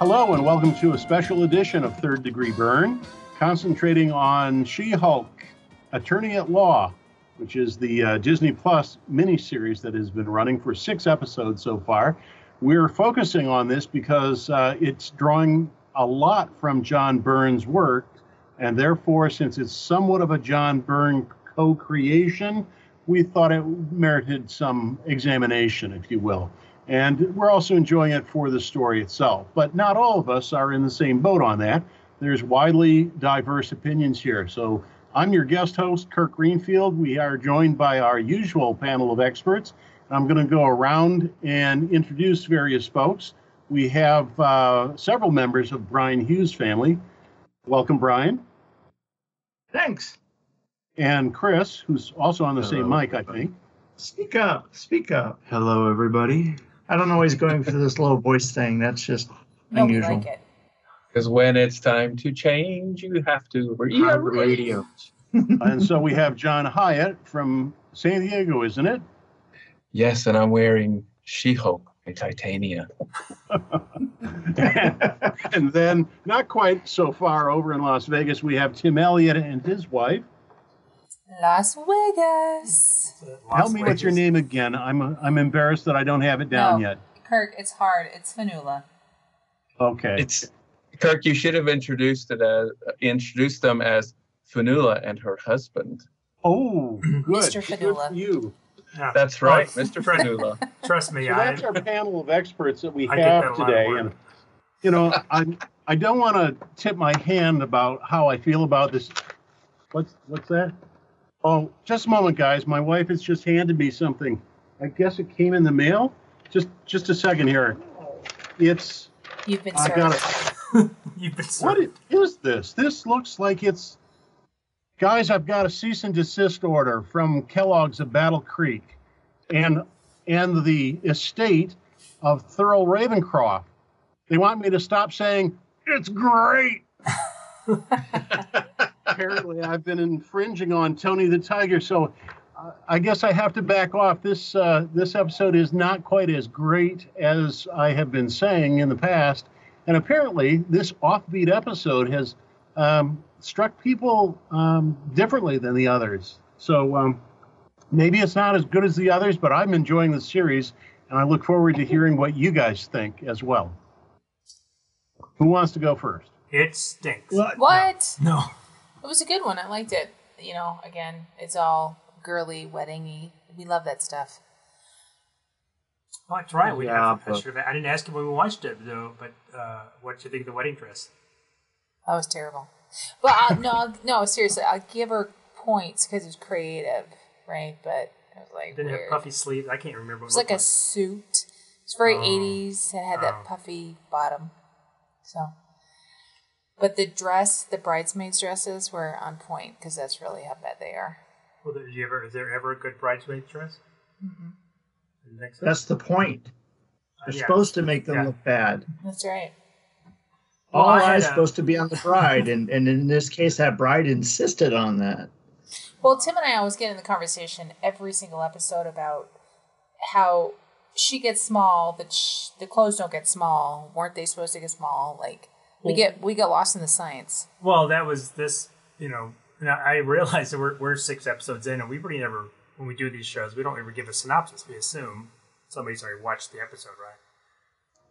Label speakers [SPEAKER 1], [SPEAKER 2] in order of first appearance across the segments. [SPEAKER 1] Hello, and welcome to a special edition of Third Degree Burn, concentrating on She Hulk, Attorney at Law, which is the uh, Disney Plus miniseries that has been running for six episodes so far. We're focusing on this because uh, it's drawing a lot from John Byrne's work, and therefore, since it's somewhat of a John Byrne co creation, we thought it merited some examination, if you will. And we're also enjoying it for the story itself. But not all of us are in the same boat on that. There's widely diverse opinions here. So I'm your guest host, Kirk Greenfield. We are joined by our usual panel of experts. I'm going to go around and introduce various folks. We have uh, several members of Brian Hughes' family. Welcome, Brian.
[SPEAKER 2] Thanks.
[SPEAKER 1] And Chris, who's also on the
[SPEAKER 3] Hello,
[SPEAKER 1] same mic, I
[SPEAKER 3] everybody.
[SPEAKER 1] think.
[SPEAKER 2] Speak up. Speak up.
[SPEAKER 3] Hello, everybody.
[SPEAKER 2] I don't always going for this low voice thing. That's just
[SPEAKER 4] No, we
[SPEAKER 2] unusual.
[SPEAKER 4] like it.
[SPEAKER 5] Because when it's time to change, you have to.
[SPEAKER 3] Pirate Radio.
[SPEAKER 1] and so we have John Hyatt from San Diego, isn't it?
[SPEAKER 5] Yes, and I'm wearing She Hulk by Titania.
[SPEAKER 1] and then, not quite so far over in Las Vegas, we have Tim Elliott and his wife.
[SPEAKER 4] Las Vegas.
[SPEAKER 1] Help me with your name again. I'm uh, I'm embarrassed that I don't have it down
[SPEAKER 4] No.
[SPEAKER 1] yet.
[SPEAKER 4] Kirk, it's hard. It's Fanula.
[SPEAKER 1] Okay.
[SPEAKER 5] It's Kirk. You should have introduced it as introduced them as Fanula and her husband.
[SPEAKER 1] oh, good.
[SPEAKER 4] Mr.
[SPEAKER 1] Good
[SPEAKER 4] Fadula.
[SPEAKER 1] for you.
[SPEAKER 6] Yeah.
[SPEAKER 5] That's right,
[SPEAKER 6] Oh,
[SPEAKER 5] Mr. Fanula.
[SPEAKER 6] Trust me,
[SPEAKER 1] So
[SPEAKER 6] I,
[SPEAKER 1] that's our panel of experts that we
[SPEAKER 6] I get
[SPEAKER 1] have
[SPEAKER 6] that a lot of
[SPEAKER 1] today.
[SPEAKER 6] work.
[SPEAKER 1] And you know, I I don't want to tip my hand about how I feel about this. What's what's that? Oh, just a moment, guys. My wife has just handed me something. I guess it came in the mail. Just just a second here. It's
[SPEAKER 4] You've been
[SPEAKER 1] I
[SPEAKER 4] served.
[SPEAKER 1] got
[SPEAKER 6] you've been
[SPEAKER 1] what
[SPEAKER 6] served.
[SPEAKER 1] it- is this? This looks like it's guys. I've got a cease and desist order from Kellogg's of Battle Creek, and and the estate of Thurl Ravencroft. They want me to stop saying it's great. Apparently, I've been infringing on Tony the Tiger, so uh, I guess I have to back off. This uh, this episode is not quite as great as I have been saying in the past. And apparently, this offbeat episode has um, struck people um, differently than the others. So um, maybe it's not as good as the others, but I'm enjoying the series, and I look forward to hearing what you guys think as well. Who wants to go first?
[SPEAKER 6] It stinks.
[SPEAKER 2] Well,
[SPEAKER 4] What?
[SPEAKER 6] No.
[SPEAKER 4] It was a good one. I liked it. You know, again, it's all girly, weddingy. We love that stuff.
[SPEAKER 6] Well, that's right. We
[SPEAKER 3] Yeah,
[SPEAKER 6] have a picture of it. I didn't ask you when we watched it, though, but uh, what you think of the wedding dress?
[SPEAKER 4] That was terrible. But I'll, no, I'll, no, seriously, I'll give her points because it's creative, right? But it was like
[SPEAKER 6] Didn't
[SPEAKER 4] weird.
[SPEAKER 6] have puffy sleeves. I can't remember what
[SPEAKER 4] It was like a suit. It's very
[SPEAKER 6] Oh.
[SPEAKER 4] 80s and had
[SPEAKER 6] Oh.
[SPEAKER 4] that puffy bottom. So, but the dress, the bridesmaids' dresses were on point because that's really how bad they are.
[SPEAKER 6] Well, did you ever, is there ever a good bridesmaid dress?
[SPEAKER 4] Mhm.
[SPEAKER 6] Didn't think so?
[SPEAKER 2] That's the point.
[SPEAKER 6] Uh,
[SPEAKER 2] They're
[SPEAKER 6] yeah.
[SPEAKER 2] supposed to make them
[SPEAKER 6] Yeah.
[SPEAKER 2] look bad.
[SPEAKER 4] That's right.
[SPEAKER 6] Well,
[SPEAKER 2] All
[SPEAKER 6] I had
[SPEAKER 2] eyes
[SPEAKER 6] a-
[SPEAKER 2] supposed to be on the bride, and, and in this case, that bride insisted on that.
[SPEAKER 4] Well, Tim and I always get in the conversation every single episode about how she gets small, the ch- the clothes don't get small. Weren't they supposed to get small? Like we
[SPEAKER 6] Well-
[SPEAKER 4] get we get lost in the science.
[SPEAKER 6] Well, that was this, you know, and I I realize that we're, we're six episodes in, and we really never, when we do these shows, we don't ever give a synopsis. We assume somebody's already watched the episode, right?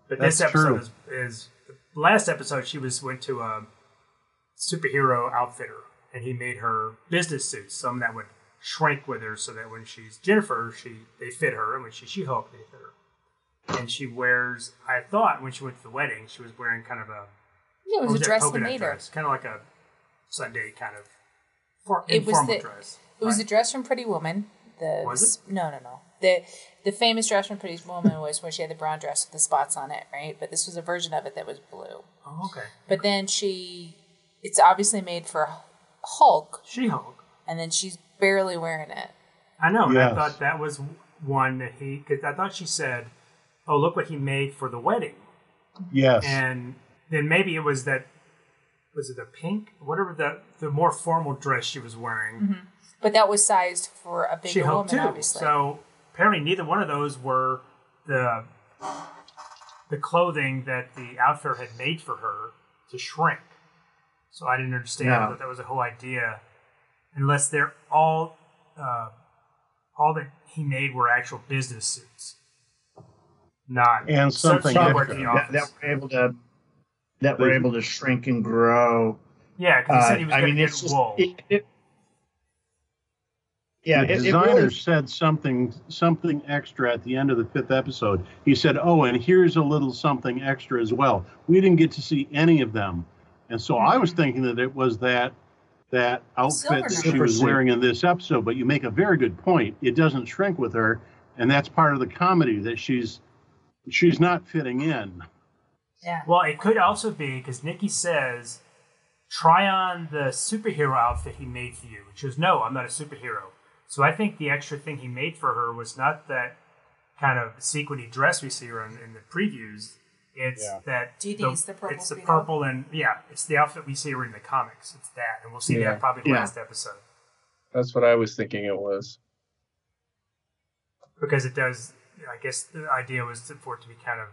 [SPEAKER 6] But this
[SPEAKER 1] That's
[SPEAKER 6] episode is, is last episode she was went to a superhero outfitter, and he made her business suits, some that would shrink with her, so that when she's Jennifer, she they fit her, and when she's She Hulk, they fit her. And she wears, I thought when she went to the wedding, she was wearing kind of a
[SPEAKER 4] Yeah, it was
[SPEAKER 6] or
[SPEAKER 4] a dress he
[SPEAKER 6] coconut
[SPEAKER 4] made her.
[SPEAKER 6] dress, kind of like a Sunday kind of for,
[SPEAKER 4] It was
[SPEAKER 6] informal
[SPEAKER 4] the-
[SPEAKER 6] dress.
[SPEAKER 4] It was
[SPEAKER 6] right?
[SPEAKER 4] the dress from Pretty Woman. The
[SPEAKER 6] Was
[SPEAKER 4] No, no, no. The the famous dress from Pretty Woman was when she had the brown dress with the spots on it, right? But this was a version of it that was blue.
[SPEAKER 6] oh, okay.
[SPEAKER 4] But then she, it's obviously made for Hulk,
[SPEAKER 6] She Hulk.
[SPEAKER 4] and then she's barely wearing it.
[SPEAKER 6] I know. and
[SPEAKER 1] Yes.
[SPEAKER 6] I thought that was one that he. Cause I thought she said, "Oh, look what he made for the wedding,"
[SPEAKER 1] Yes.
[SPEAKER 6] and then maybe it was that. Was it the pink, whatever the the more formal dress she was wearing?
[SPEAKER 4] But that was sized for a bigger
[SPEAKER 6] She Hulk
[SPEAKER 4] woman,
[SPEAKER 6] too.
[SPEAKER 4] obviously.
[SPEAKER 6] So apparently, neither one of those were the the clothing that the outfitter had made for her to shrink. So I didn't understand
[SPEAKER 2] No.
[SPEAKER 6] that that was the whole idea, unless they're all uh, all that he made were actual business suits, not
[SPEAKER 1] And
[SPEAKER 6] some-
[SPEAKER 1] something
[SPEAKER 6] somewhere
[SPEAKER 1] extra.
[SPEAKER 6] in the
[SPEAKER 1] Yeah,
[SPEAKER 2] that,
[SPEAKER 6] office.
[SPEAKER 2] that were able to that were
[SPEAKER 1] They-
[SPEAKER 2] able to shrink and grow.
[SPEAKER 6] yeah, because he
[SPEAKER 2] Uh,
[SPEAKER 6] said he was
[SPEAKER 2] I mean,
[SPEAKER 6] going to get
[SPEAKER 2] it's just
[SPEAKER 6] wool.
[SPEAKER 2] it, it, yeah.
[SPEAKER 1] the
[SPEAKER 2] it- it
[SPEAKER 1] designer
[SPEAKER 2] really-
[SPEAKER 1] said something something extra at the end of the fifth episode. He said, "Oh, and here's a little something extra as well." We didn't get to see any of them, and so I
[SPEAKER 2] Mm-hmm.
[SPEAKER 1] was thinking that it was that that outfit that she
[SPEAKER 2] Silver
[SPEAKER 1] was
[SPEAKER 2] suit.
[SPEAKER 1] wearing in this episode. But you make a very good point; it doesn't shrink with her, and that's part of the comedy that she's she's not fitting in.
[SPEAKER 4] Yeah.
[SPEAKER 6] Well, it could also be because Nikki says, "Try on the superhero outfit he made for you." And she goes, "No, I'm not a superhero." So I think the extra thing he made for her was not that kind of sequiny dress we see her in, in the previews. It's
[SPEAKER 1] Yeah.
[SPEAKER 6] that
[SPEAKER 4] Do you think it's the purple
[SPEAKER 6] it's the
[SPEAKER 4] speedo?
[SPEAKER 6] purple and yeah, it's the outfit we see her in the comics. It's that, and we'll see
[SPEAKER 5] Yeah.
[SPEAKER 6] that probably
[SPEAKER 2] Yeah.
[SPEAKER 6] last episode
[SPEAKER 5] That's what I was thinking it was.
[SPEAKER 6] because it does. I guess the idea was to- for it to be kind of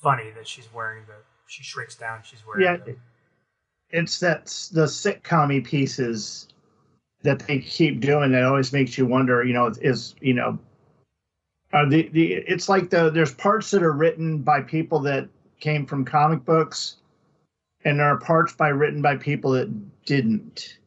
[SPEAKER 6] funny that she's wearing the she shrinks down. She's wearing
[SPEAKER 2] Yeah,
[SPEAKER 6] the-
[SPEAKER 2] it's that s- the sitcom pieces that they keep doing that always makes you wonder you know is you know uh, the the it's like the there's parts that are written by people that came from comic books and there are parts by written by people that didn't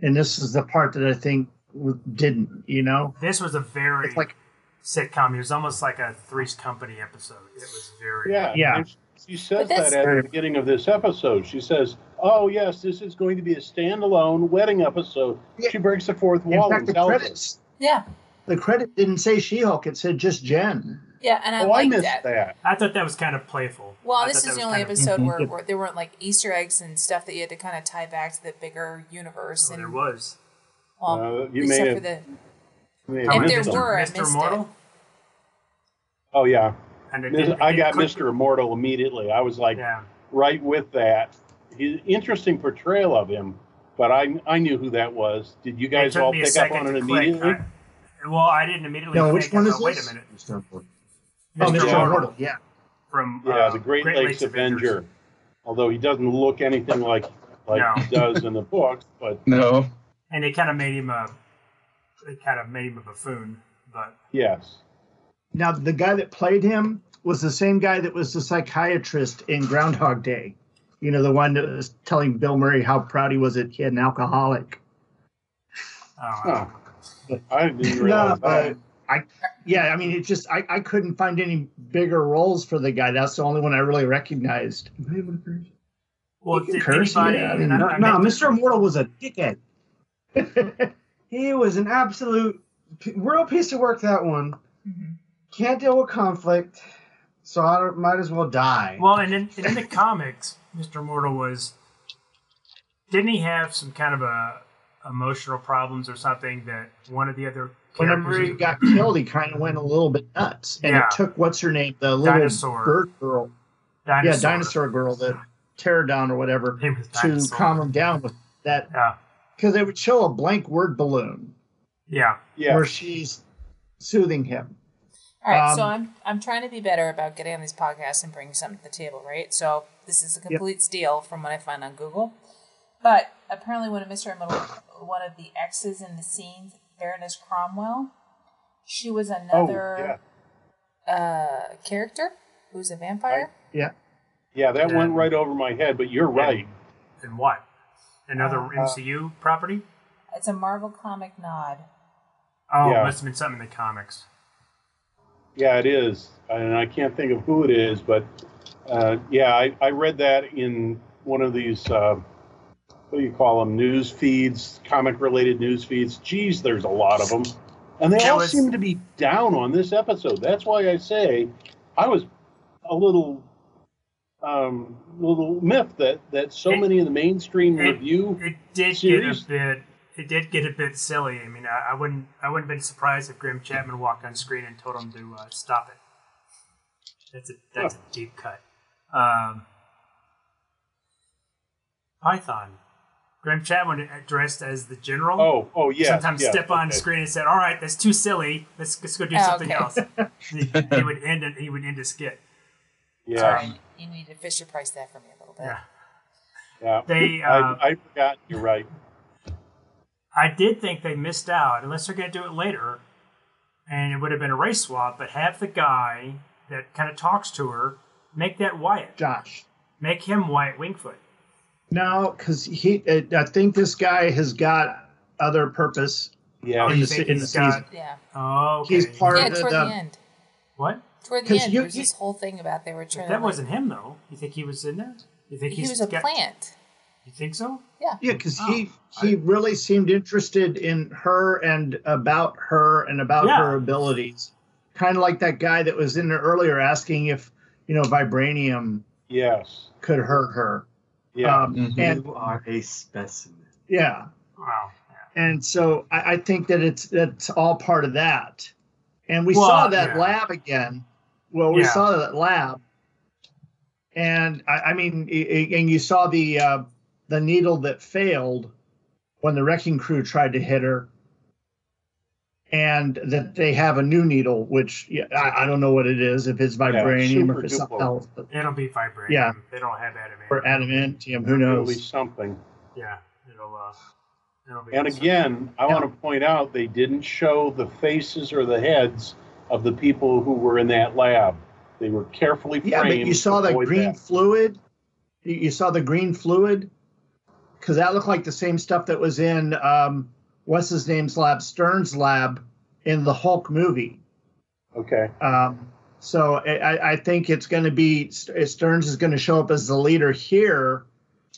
[SPEAKER 2] and this is the part that i think w- didn't you know
[SPEAKER 6] This was a very
[SPEAKER 2] it's like
[SPEAKER 6] sitcom. It was almost like a Three's Company episode. It was very
[SPEAKER 2] Yeah.
[SPEAKER 1] and She says
[SPEAKER 4] But that's-
[SPEAKER 1] that at the beginning of this episode. She says, "Oh yes, this is going to be a standalone wedding episode."
[SPEAKER 2] Yeah.
[SPEAKER 1] She breaks the fourth
[SPEAKER 2] in
[SPEAKER 1] wall
[SPEAKER 2] fact
[SPEAKER 1] and
[SPEAKER 2] the
[SPEAKER 1] tells us.
[SPEAKER 2] credits
[SPEAKER 4] Yeah.
[SPEAKER 2] the credit didn't say she-hulk it said just jen
[SPEAKER 4] Yeah. And I
[SPEAKER 1] oh, I
[SPEAKER 4] like
[SPEAKER 1] missed
[SPEAKER 4] that.
[SPEAKER 1] that.
[SPEAKER 6] I thought that was kind of playful. I
[SPEAKER 4] Well,
[SPEAKER 6] thought
[SPEAKER 4] this
[SPEAKER 6] that
[SPEAKER 4] is the
[SPEAKER 6] was
[SPEAKER 4] only
[SPEAKER 6] kind of-
[SPEAKER 4] episode
[SPEAKER 2] Mhm.
[SPEAKER 4] where, where there weren't like Easter eggs and stuff that you had to kind of tie back to the bigger universe.
[SPEAKER 6] Oh,
[SPEAKER 4] and
[SPEAKER 6] there was.
[SPEAKER 4] well,
[SPEAKER 1] Uh, you
[SPEAKER 4] except
[SPEAKER 1] may have-
[SPEAKER 4] for the
[SPEAKER 1] I mean,
[SPEAKER 4] If
[SPEAKER 6] Oh,
[SPEAKER 4] there
[SPEAKER 6] Mr.
[SPEAKER 4] were, I
[SPEAKER 6] Mr.
[SPEAKER 4] missed
[SPEAKER 6] Mortal.
[SPEAKER 1] Oh yeah,
[SPEAKER 6] And it
[SPEAKER 1] Mis-
[SPEAKER 6] didn't-
[SPEAKER 1] I
[SPEAKER 6] it
[SPEAKER 1] got
[SPEAKER 6] could-
[SPEAKER 1] Mr. Immortal immediately. I was like
[SPEAKER 6] Yeah.
[SPEAKER 1] right with that. He, interesting portrayal of him, but I I knew who that was. Did you
[SPEAKER 6] It
[SPEAKER 1] guys
[SPEAKER 6] took
[SPEAKER 1] all
[SPEAKER 6] me a
[SPEAKER 1] pick up
[SPEAKER 6] second
[SPEAKER 1] on it
[SPEAKER 6] to click.
[SPEAKER 1] immediately?
[SPEAKER 6] I- well, I didn't immediately.
[SPEAKER 2] No,
[SPEAKER 6] click.
[SPEAKER 2] which one
[SPEAKER 6] I
[SPEAKER 2] is
[SPEAKER 6] thought, Wait a
[SPEAKER 2] this?
[SPEAKER 6] minute.
[SPEAKER 2] oh
[SPEAKER 1] Mr.
[SPEAKER 2] mr
[SPEAKER 1] Mortal.
[SPEAKER 2] Mortal, yeah
[SPEAKER 6] from
[SPEAKER 1] yeah,
[SPEAKER 6] uh,
[SPEAKER 1] the Great, Lakes, Avenger.
[SPEAKER 6] Avengers.
[SPEAKER 1] Although he doesn't look anything like like
[SPEAKER 6] No.
[SPEAKER 1] he does in the books, but
[SPEAKER 5] No.
[SPEAKER 6] And they kind of made him a. They kind of made him a buffoon, but
[SPEAKER 1] yes,
[SPEAKER 2] Now, the guy that played him was the same guy that was the psychiatrist in Groundhog Day. You know, the one that was telling Bill Murray how proud he was that he had an alcoholic.
[SPEAKER 6] I don't know.
[SPEAKER 1] huh. I didn't
[SPEAKER 2] No,
[SPEAKER 1] realize
[SPEAKER 2] uh,
[SPEAKER 1] that.
[SPEAKER 2] I, yeah, I mean, it just, I, I couldn't find any bigger roles for the guy. That's the only one I really recognized.
[SPEAKER 3] Am I able to curse?
[SPEAKER 6] well,
[SPEAKER 2] You can
[SPEAKER 6] did
[SPEAKER 2] curse,
[SPEAKER 6] anybody?
[SPEAKER 2] yeah, I mean,
[SPEAKER 6] and I-
[SPEAKER 3] No,
[SPEAKER 6] I
[SPEAKER 3] no,
[SPEAKER 6] meant-
[SPEAKER 3] Mr. Immortal was a dickhead. He was an absolute p- real piece of work. That one
[SPEAKER 4] Mhm.
[SPEAKER 3] can't deal with conflict, so I don't- might as well die.
[SPEAKER 6] Well, and in, and in the comics, Mr. Mortal was didn't he have some kind of a emotional problems or something that one of the other
[SPEAKER 2] Whenever he
[SPEAKER 6] characters
[SPEAKER 2] got killed, he kind of went a little bit nuts. And
[SPEAKER 6] Yeah.
[SPEAKER 2] it took, what's her name? The little
[SPEAKER 6] Dinosaur.
[SPEAKER 2] bird girl.
[SPEAKER 6] dinosaur.
[SPEAKER 2] Yeah, dinosaur girl, the pterodon or whatever,
[SPEAKER 6] Name is
[SPEAKER 2] to
[SPEAKER 6] dinosaur.
[SPEAKER 2] calm him down with that
[SPEAKER 6] Yeah,
[SPEAKER 2] because they would show a blank word balloon
[SPEAKER 6] yeah.
[SPEAKER 1] Yeah,
[SPEAKER 2] where she's soothing him.
[SPEAKER 4] All right, so
[SPEAKER 2] Um,
[SPEAKER 4] I'm I'm trying to be better about getting on these podcasts and bringing something to the table, right? So this is a complete steal from what I find on Google. But apparently, one of Mr. Immortal, one of the exes in the scenes, Baroness Cromwell, she was
[SPEAKER 1] oh
[SPEAKER 4] another
[SPEAKER 1] yeah,
[SPEAKER 4] uh, character who's a vampire.
[SPEAKER 2] Yeah,
[SPEAKER 1] yeah, that went right over my head. But you're right.
[SPEAKER 6] And what? Another
[SPEAKER 4] Uh,
[SPEAKER 6] MCU property?
[SPEAKER 4] It's a Marvel comic nod.
[SPEAKER 6] Oh,
[SPEAKER 1] Yeah.
[SPEAKER 6] it must have been something in the comics.
[SPEAKER 1] Yeah, it is, and I can't think of who it is, but uh, yeah, I, I read that in one of these uh, what do you call them news feeds, comic related news feeds. Geez, there's a lot of them, and they
[SPEAKER 6] There
[SPEAKER 1] all
[SPEAKER 6] was-
[SPEAKER 1] seem to be down on this episode. That's why I say I was a little um, little miffed that that so
[SPEAKER 6] It-
[SPEAKER 1] many in the mainstream
[SPEAKER 6] it-
[SPEAKER 1] review.
[SPEAKER 6] It did
[SPEAKER 1] Serious?
[SPEAKER 6] get a bit. It did get a bit silly. I mean, I, I wouldn't. I wouldn't have been surprised if Graham Chapman walked on screen and told him to uh, stop it. That's a that's a deep cut. Um, Python. Graham Chapman dressed as the general.
[SPEAKER 1] Oh, oh yeah.
[SPEAKER 6] sometimes
[SPEAKER 1] yeah,
[SPEAKER 6] step on
[SPEAKER 1] okay.
[SPEAKER 6] screen and said, "All right, that's too silly. Let's, let's go do
[SPEAKER 4] Oh,
[SPEAKER 6] something
[SPEAKER 4] okay.
[SPEAKER 6] else." he, he would end. It, he would end a skit.
[SPEAKER 1] Yeah.
[SPEAKER 4] Sorry, you need to Fisher Price that for me a little bit.
[SPEAKER 6] Yeah.
[SPEAKER 1] yeah.
[SPEAKER 6] They, uh,
[SPEAKER 1] I, I forgot. You're right.
[SPEAKER 6] I did think they missed out, unless they're going to do it later, and it would have been a race swap. But have the guy that kind of talks to her make that Wyatt,
[SPEAKER 2] Josh.
[SPEAKER 6] make him Wyatt Wingfoot.
[SPEAKER 2] No, because he. I I think this guy has got other purpose.
[SPEAKER 1] Yeah.
[SPEAKER 6] Oh, you
[SPEAKER 2] the
[SPEAKER 6] think
[SPEAKER 2] se- in
[SPEAKER 6] he's
[SPEAKER 2] the
[SPEAKER 6] got-
[SPEAKER 2] season.
[SPEAKER 4] Yeah.
[SPEAKER 6] Oh, okay.
[SPEAKER 2] He's part- Or
[SPEAKER 4] Yeah,
[SPEAKER 2] the-
[SPEAKER 4] toward
[SPEAKER 2] the-
[SPEAKER 4] the end.
[SPEAKER 6] What?
[SPEAKER 4] Toward the
[SPEAKER 2] 'Cause
[SPEAKER 4] end,
[SPEAKER 2] you-
[SPEAKER 4] there was
[SPEAKER 2] you-
[SPEAKER 4] this whole thing about they were trying to.
[SPEAKER 6] That
[SPEAKER 4] like-
[SPEAKER 6] wasn't him though. You think he was in there? You think
[SPEAKER 4] He
[SPEAKER 6] he's
[SPEAKER 4] was a
[SPEAKER 6] got-
[SPEAKER 4] plant.
[SPEAKER 6] You think so?
[SPEAKER 2] Yeah, because he he really seemed interested in her and about her and about
[SPEAKER 6] Yeah.
[SPEAKER 2] her abilities. Kind of like that guy that was in there earlier asking if you know vibranium
[SPEAKER 1] Yes.
[SPEAKER 2] could hurt her.
[SPEAKER 6] Oh,
[SPEAKER 1] Yeah.
[SPEAKER 2] Um,
[SPEAKER 3] Mm-hmm.
[SPEAKER 5] Mhm.
[SPEAKER 2] And
[SPEAKER 3] you are a specimen.
[SPEAKER 2] yeah,
[SPEAKER 6] Wow.
[SPEAKER 2] and so I, I think that it's that's all part of that. And we
[SPEAKER 6] Well,
[SPEAKER 2] saw that
[SPEAKER 6] yeah.
[SPEAKER 2] lab again. Well, we
[SPEAKER 6] Yeah.
[SPEAKER 2] saw that lab, and I, I mean, i- i- and you saw the uh, the needle that failed when the wrecking crew tried to hit her, and that they have a new needle, which yeah, I, I don't know what it is, if it's vibranium,
[SPEAKER 1] super
[SPEAKER 2] if it's something
[SPEAKER 1] duplo.
[SPEAKER 2] else, but-
[SPEAKER 6] It'll be vibranium.
[SPEAKER 2] Yeah.
[SPEAKER 6] They don't have adamant.
[SPEAKER 2] or adamantium, who
[SPEAKER 1] It'll be
[SPEAKER 2] knows?
[SPEAKER 1] something.
[SPEAKER 6] Yeah. It'll. Uh, it'll be
[SPEAKER 1] And
[SPEAKER 6] awesome.
[SPEAKER 1] again, I
[SPEAKER 2] Yeah.
[SPEAKER 1] want to point out they didn't show the faces or the heads of the people who were in that lab. They were carefully framed.
[SPEAKER 2] Yeah, but you saw
[SPEAKER 1] to
[SPEAKER 2] that
[SPEAKER 1] avoid
[SPEAKER 2] green
[SPEAKER 1] that.
[SPEAKER 2] fluid. You, you saw the green fluid because that looked like the same stuff that was in um, what's his name's lab, Stern's lab, in the Hulk movie.
[SPEAKER 1] Okay.
[SPEAKER 2] Um, so I, I- I think it's going to be St- uh, Stearns is going to show up as the leader here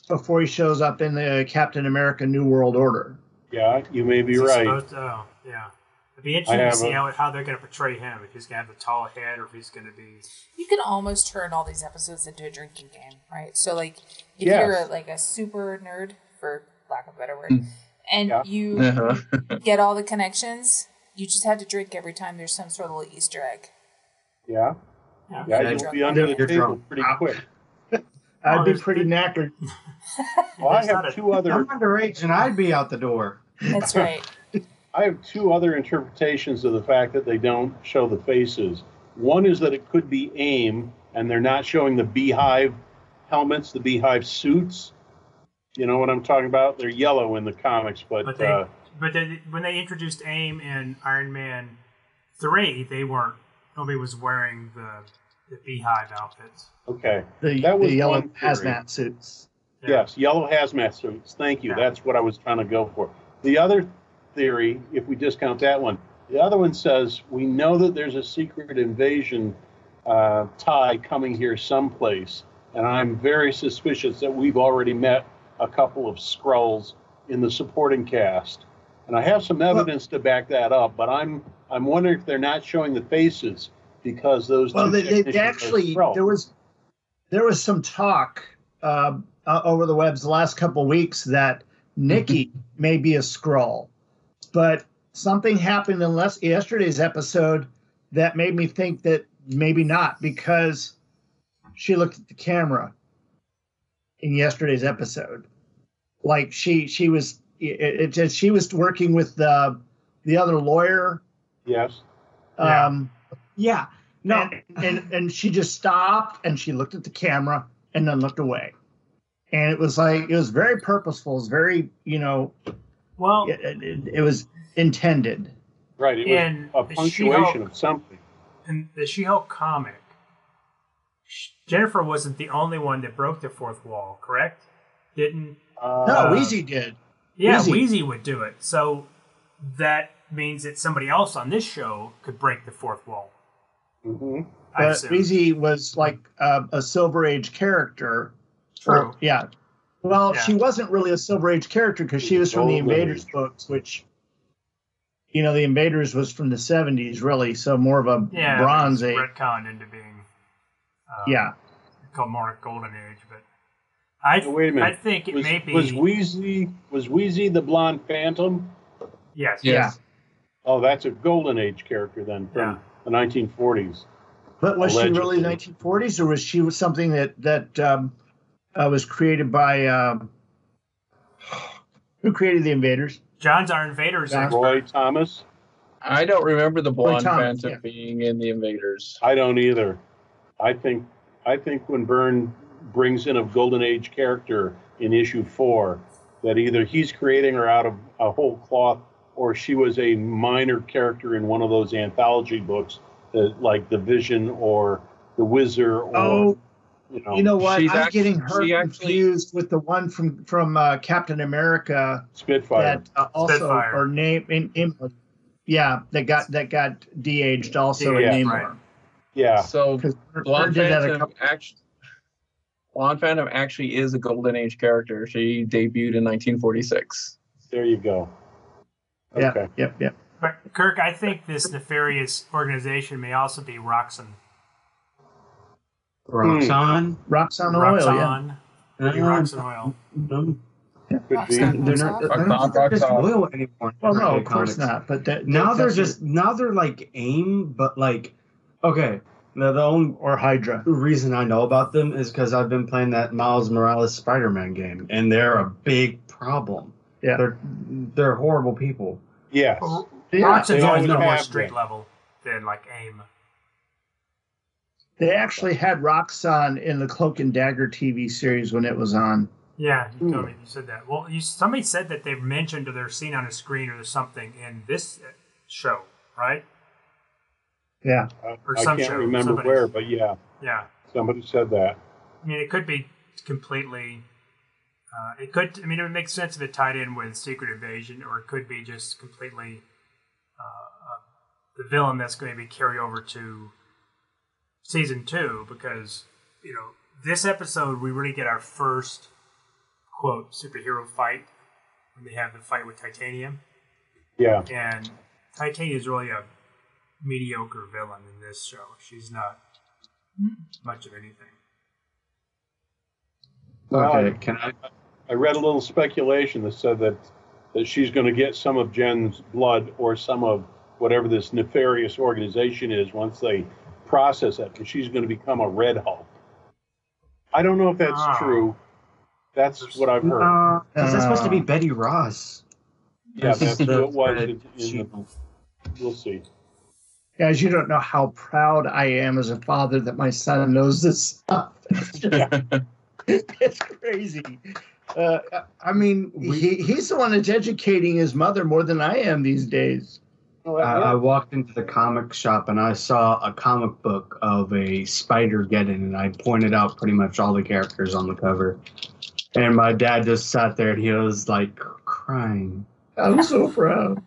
[SPEAKER 2] before he shows up in the Captain America New World Order.
[SPEAKER 1] Yeah, you may be
[SPEAKER 6] Is he
[SPEAKER 1] right.
[SPEAKER 6] supposed to- oh, yeah. It'd be
[SPEAKER 1] I
[SPEAKER 6] interesting
[SPEAKER 1] have
[SPEAKER 6] to see
[SPEAKER 1] a-
[SPEAKER 6] how, how they're going to portray him. If he's going to have the tall head, or if he's going to be.
[SPEAKER 4] You can almost turn all these episodes into a drinking game, right? So, like, if
[SPEAKER 1] Yes.
[SPEAKER 4] you're a, like a super nerd, for lack of a better word, and
[SPEAKER 1] Yeah.
[SPEAKER 4] you
[SPEAKER 5] Uh-huh.
[SPEAKER 4] get all the connections, you just have to drink every time there's some sort of little Easter egg.
[SPEAKER 1] Yeah.
[SPEAKER 6] Yeah.
[SPEAKER 1] Yeah,
[SPEAKER 4] Yeah,
[SPEAKER 1] you'll be under the
[SPEAKER 3] you're
[SPEAKER 1] table
[SPEAKER 3] drunk.
[SPEAKER 1] pretty
[SPEAKER 2] Wow.
[SPEAKER 1] quick.
[SPEAKER 2] I'd
[SPEAKER 6] Oh,
[SPEAKER 2] be
[SPEAKER 6] there's-
[SPEAKER 2] pretty knackered.
[SPEAKER 1] Well, I
[SPEAKER 6] There's not a-
[SPEAKER 1] have two other
[SPEAKER 3] I'm underage and I'd be out the door.
[SPEAKER 4] That's right.
[SPEAKER 1] I have two other interpretations of the fact that they don't show the faces. One is that it could be AIM, and they're not showing the beehive helmets, the beehive suits. You know what I'm talking about? They're yellow in the comics, but,
[SPEAKER 6] But they,
[SPEAKER 1] uh,
[SPEAKER 6] but they, when they introduced AIM in Iron Man three, they weren't. Nobody was wearing the the beehive outfits.
[SPEAKER 1] okay.
[SPEAKER 2] The,
[SPEAKER 1] That was
[SPEAKER 2] the yellow
[SPEAKER 1] one theory.
[SPEAKER 2] hazmat suits.
[SPEAKER 6] Yeah.
[SPEAKER 1] Yes, yellow hazmat suits. Thank you.
[SPEAKER 6] Yeah.
[SPEAKER 1] That's what I was trying to go for. The other theory, if we discount that one, the other one says we know that there's a secret invasion uh, tie coming here someplace, and I'm very suspicious that we've already met a couple of scrolls in the supporting cast, and I have some evidence to back that up. But I'm I'm wondering if they're not showing the faces because those.
[SPEAKER 2] Well,
[SPEAKER 1] two
[SPEAKER 2] they, they, they
[SPEAKER 1] technicians are
[SPEAKER 2] actually
[SPEAKER 1] Skrulls.
[SPEAKER 2] there was there was some talk uh, uh, over the webs the last couple weeks that Nikki may be a scroll, but something happened in les- yesterday's episode that made me think that maybe not because she looked at the camera in yesterday's episode, like she she was it, it just she was working with the the other lawyer.
[SPEAKER 1] yes.
[SPEAKER 6] Yeah.
[SPEAKER 2] Um,
[SPEAKER 3] Yeah. No.
[SPEAKER 2] and, and and she just stopped and she looked at the camera and then looked away. And it was like it was very purposeful. It was very you know
[SPEAKER 6] Well,
[SPEAKER 2] it, it, it was intended.
[SPEAKER 1] Right, it
[SPEAKER 6] And
[SPEAKER 1] was a
[SPEAKER 6] she
[SPEAKER 1] punctuation
[SPEAKER 6] helped-
[SPEAKER 1] of something.
[SPEAKER 6] in the She-Hulk comic, Sh- Jennifer wasn't the only one that broke the fourth wall, correct? Didn't
[SPEAKER 1] Uh,
[SPEAKER 2] No, Weezy did.
[SPEAKER 6] yeah,
[SPEAKER 2] Wheezy.
[SPEAKER 6] Wheezy would do it. So that means that somebody else on this show could break the fourth wall.
[SPEAKER 1] hmm
[SPEAKER 6] I
[SPEAKER 2] But
[SPEAKER 6] assume.
[SPEAKER 2] Wheezy was like a, a Silver Age character.
[SPEAKER 6] True.
[SPEAKER 2] Or- yeah. Well,
[SPEAKER 6] Yeah.
[SPEAKER 2] she wasn't really a Silver Age character because she was from the
[SPEAKER 1] Golden
[SPEAKER 2] Invaders
[SPEAKER 1] Age.
[SPEAKER 2] books, which you know the Invaders was from the '70s, really. So more of a
[SPEAKER 6] yeah,
[SPEAKER 2] Bronze
[SPEAKER 6] it
[SPEAKER 2] Age.
[SPEAKER 6] was retconned into being uh,
[SPEAKER 2] Yeah.
[SPEAKER 6] called more golden age, but I
[SPEAKER 1] Now, wait a minute.
[SPEAKER 6] I think it
[SPEAKER 1] was,
[SPEAKER 6] may be
[SPEAKER 1] was Wheezy was Wheezy the blonde phantom?
[SPEAKER 6] yes
[SPEAKER 5] Yes.
[SPEAKER 1] Oh, that's a golden age character then from
[SPEAKER 6] Yeah.
[SPEAKER 1] the 1940s.
[SPEAKER 2] But was she really
[SPEAKER 1] Allegedly.
[SPEAKER 2] 1940s, or was she something that that um, uh, was created by um, who created the Invaders?
[SPEAKER 6] John's our invaders
[SPEAKER 2] John.
[SPEAKER 6] expert.
[SPEAKER 1] Roy Thomas?
[SPEAKER 5] I don't remember the blonde
[SPEAKER 2] Thomas,
[SPEAKER 5] phantom
[SPEAKER 2] yeah.
[SPEAKER 5] being in the Invaders.
[SPEAKER 1] I don't either. I think I think when Byrne brings in a Golden Age character in issue four, that either he's creating her out of a whole cloth or she was a minor character in one of those anthology books, uh, like The Vision or The Wizard or,
[SPEAKER 2] Oh,
[SPEAKER 1] you know,
[SPEAKER 2] you know what?
[SPEAKER 5] she's
[SPEAKER 2] I'm
[SPEAKER 5] act-
[SPEAKER 2] getting her
[SPEAKER 5] she actually-
[SPEAKER 2] confused with the one from from uh, Captain America
[SPEAKER 1] Spitfire.
[SPEAKER 2] that uh, also
[SPEAKER 6] Spitfire.
[SPEAKER 2] or name in, in yeah that got that got de-aged also
[SPEAKER 1] Yeah,
[SPEAKER 2] in
[SPEAKER 6] right.
[SPEAKER 2] Namor
[SPEAKER 1] yeah.
[SPEAKER 5] So
[SPEAKER 2] because
[SPEAKER 5] Blonde
[SPEAKER 2] did that a
[SPEAKER 5] Phantom
[SPEAKER 2] couple.
[SPEAKER 5] actually. Blonde Phantom actually is a Golden Age character. She debuted in 1946.
[SPEAKER 1] There you go.
[SPEAKER 2] Yeah,
[SPEAKER 1] Okay.
[SPEAKER 2] yep, yep.
[SPEAKER 6] But Kirk, I think this nefarious organization may also be Roxxon.
[SPEAKER 3] Roxxon.
[SPEAKER 2] Roxanne Oil, yeah.
[SPEAKER 6] Roxxon.
[SPEAKER 3] Hmm.
[SPEAKER 6] Maybe Roxxon Oil.
[SPEAKER 3] Um,
[SPEAKER 1] Could be.
[SPEAKER 4] Roxanne.
[SPEAKER 3] they're not. I don't
[SPEAKER 5] Roxxon,
[SPEAKER 3] think they're just
[SPEAKER 5] Roxxon.
[SPEAKER 3] loyal anymore.
[SPEAKER 2] Well, no,
[SPEAKER 3] Marvel
[SPEAKER 2] of course
[SPEAKER 3] Comics.
[SPEAKER 2] not. But that,
[SPEAKER 3] Now
[SPEAKER 2] that's
[SPEAKER 3] they're
[SPEAKER 2] actually-
[SPEAKER 3] just now they're like AIM, but like okay. Now the only
[SPEAKER 2] or Hydra.
[SPEAKER 3] reason I know about them is because I've been playing that Miles Morales Spider-Man game, and they're a big problem.
[SPEAKER 2] Yeah.
[SPEAKER 3] they're they're horrible people.
[SPEAKER 1] Yes.
[SPEAKER 6] Well,
[SPEAKER 2] Yeah,
[SPEAKER 1] they
[SPEAKER 6] Roxxon's always
[SPEAKER 1] always
[SPEAKER 6] been more
[SPEAKER 1] have
[SPEAKER 6] street
[SPEAKER 1] been.
[SPEAKER 6] level than like AIM.
[SPEAKER 2] they actually had Roxanne in the Cloak and Dagger TV series when it was on.
[SPEAKER 6] Yeah, you told
[SPEAKER 1] Hmm.
[SPEAKER 6] me you said that. Well, you, somebody said that they've mentioned or they're seen on a screen or something in this uh, show, right?
[SPEAKER 2] Yeah,
[SPEAKER 1] I,
[SPEAKER 6] Or
[SPEAKER 1] I
[SPEAKER 6] some
[SPEAKER 1] can't
[SPEAKER 6] show,
[SPEAKER 1] remember
[SPEAKER 6] somebody's.
[SPEAKER 1] where, but yeah,
[SPEAKER 6] Yeah.
[SPEAKER 1] somebody said that.
[SPEAKER 6] I mean, it could be completely. Uh, it could. I mean, it would make sense if it tied in with Secret Invasion, or it could be just completely uh, uh, the villain that's going to be carried over to season two because you know this episode we really get our first quote superhero fight when they have the fight with Titanium,
[SPEAKER 1] Yeah.
[SPEAKER 6] and Titanium is really a mediocre villain in this show. She's not much of anything.
[SPEAKER 1] Wow.
[SPEAKER 3] Okay, can I?
[SPEAKER 1] I read a little speculation that said that that she's going to get some of Jen's blood or some of whatever this nefarious organization is once they process it, and she's going to become a Red Hulk. I don't know if that's
[SPEAKER 6] Ah.
[SPEAKER 1] true. That's what I've heard.
[SPEAKER 3] No, because that's supposed to be Betty Ross.
[SPEAKER 1] yeah, that's who it was.
[SPEAKER 3] the-
[SPEAKER 1] In, in the, we'll see.
[SPEAKER 2] guys, you don't know how proud I am as a father that my son knows this stuff. It's just it's crazy. Uh, I mean, he, he's the one that's educating his mother more than I am these days.
[SPEAKER 1] Well,
[SPEAKER 3] I, I
[SPEAKER 1] yeah,
[SPEAKER 3] walked into the comic shop and I saw a comic book of a Spider Geddon, and I pointed out pretty much all the characters on the cover. And my dad just sat there and he was like crying.
[SPEAKER 2] I'm so proud.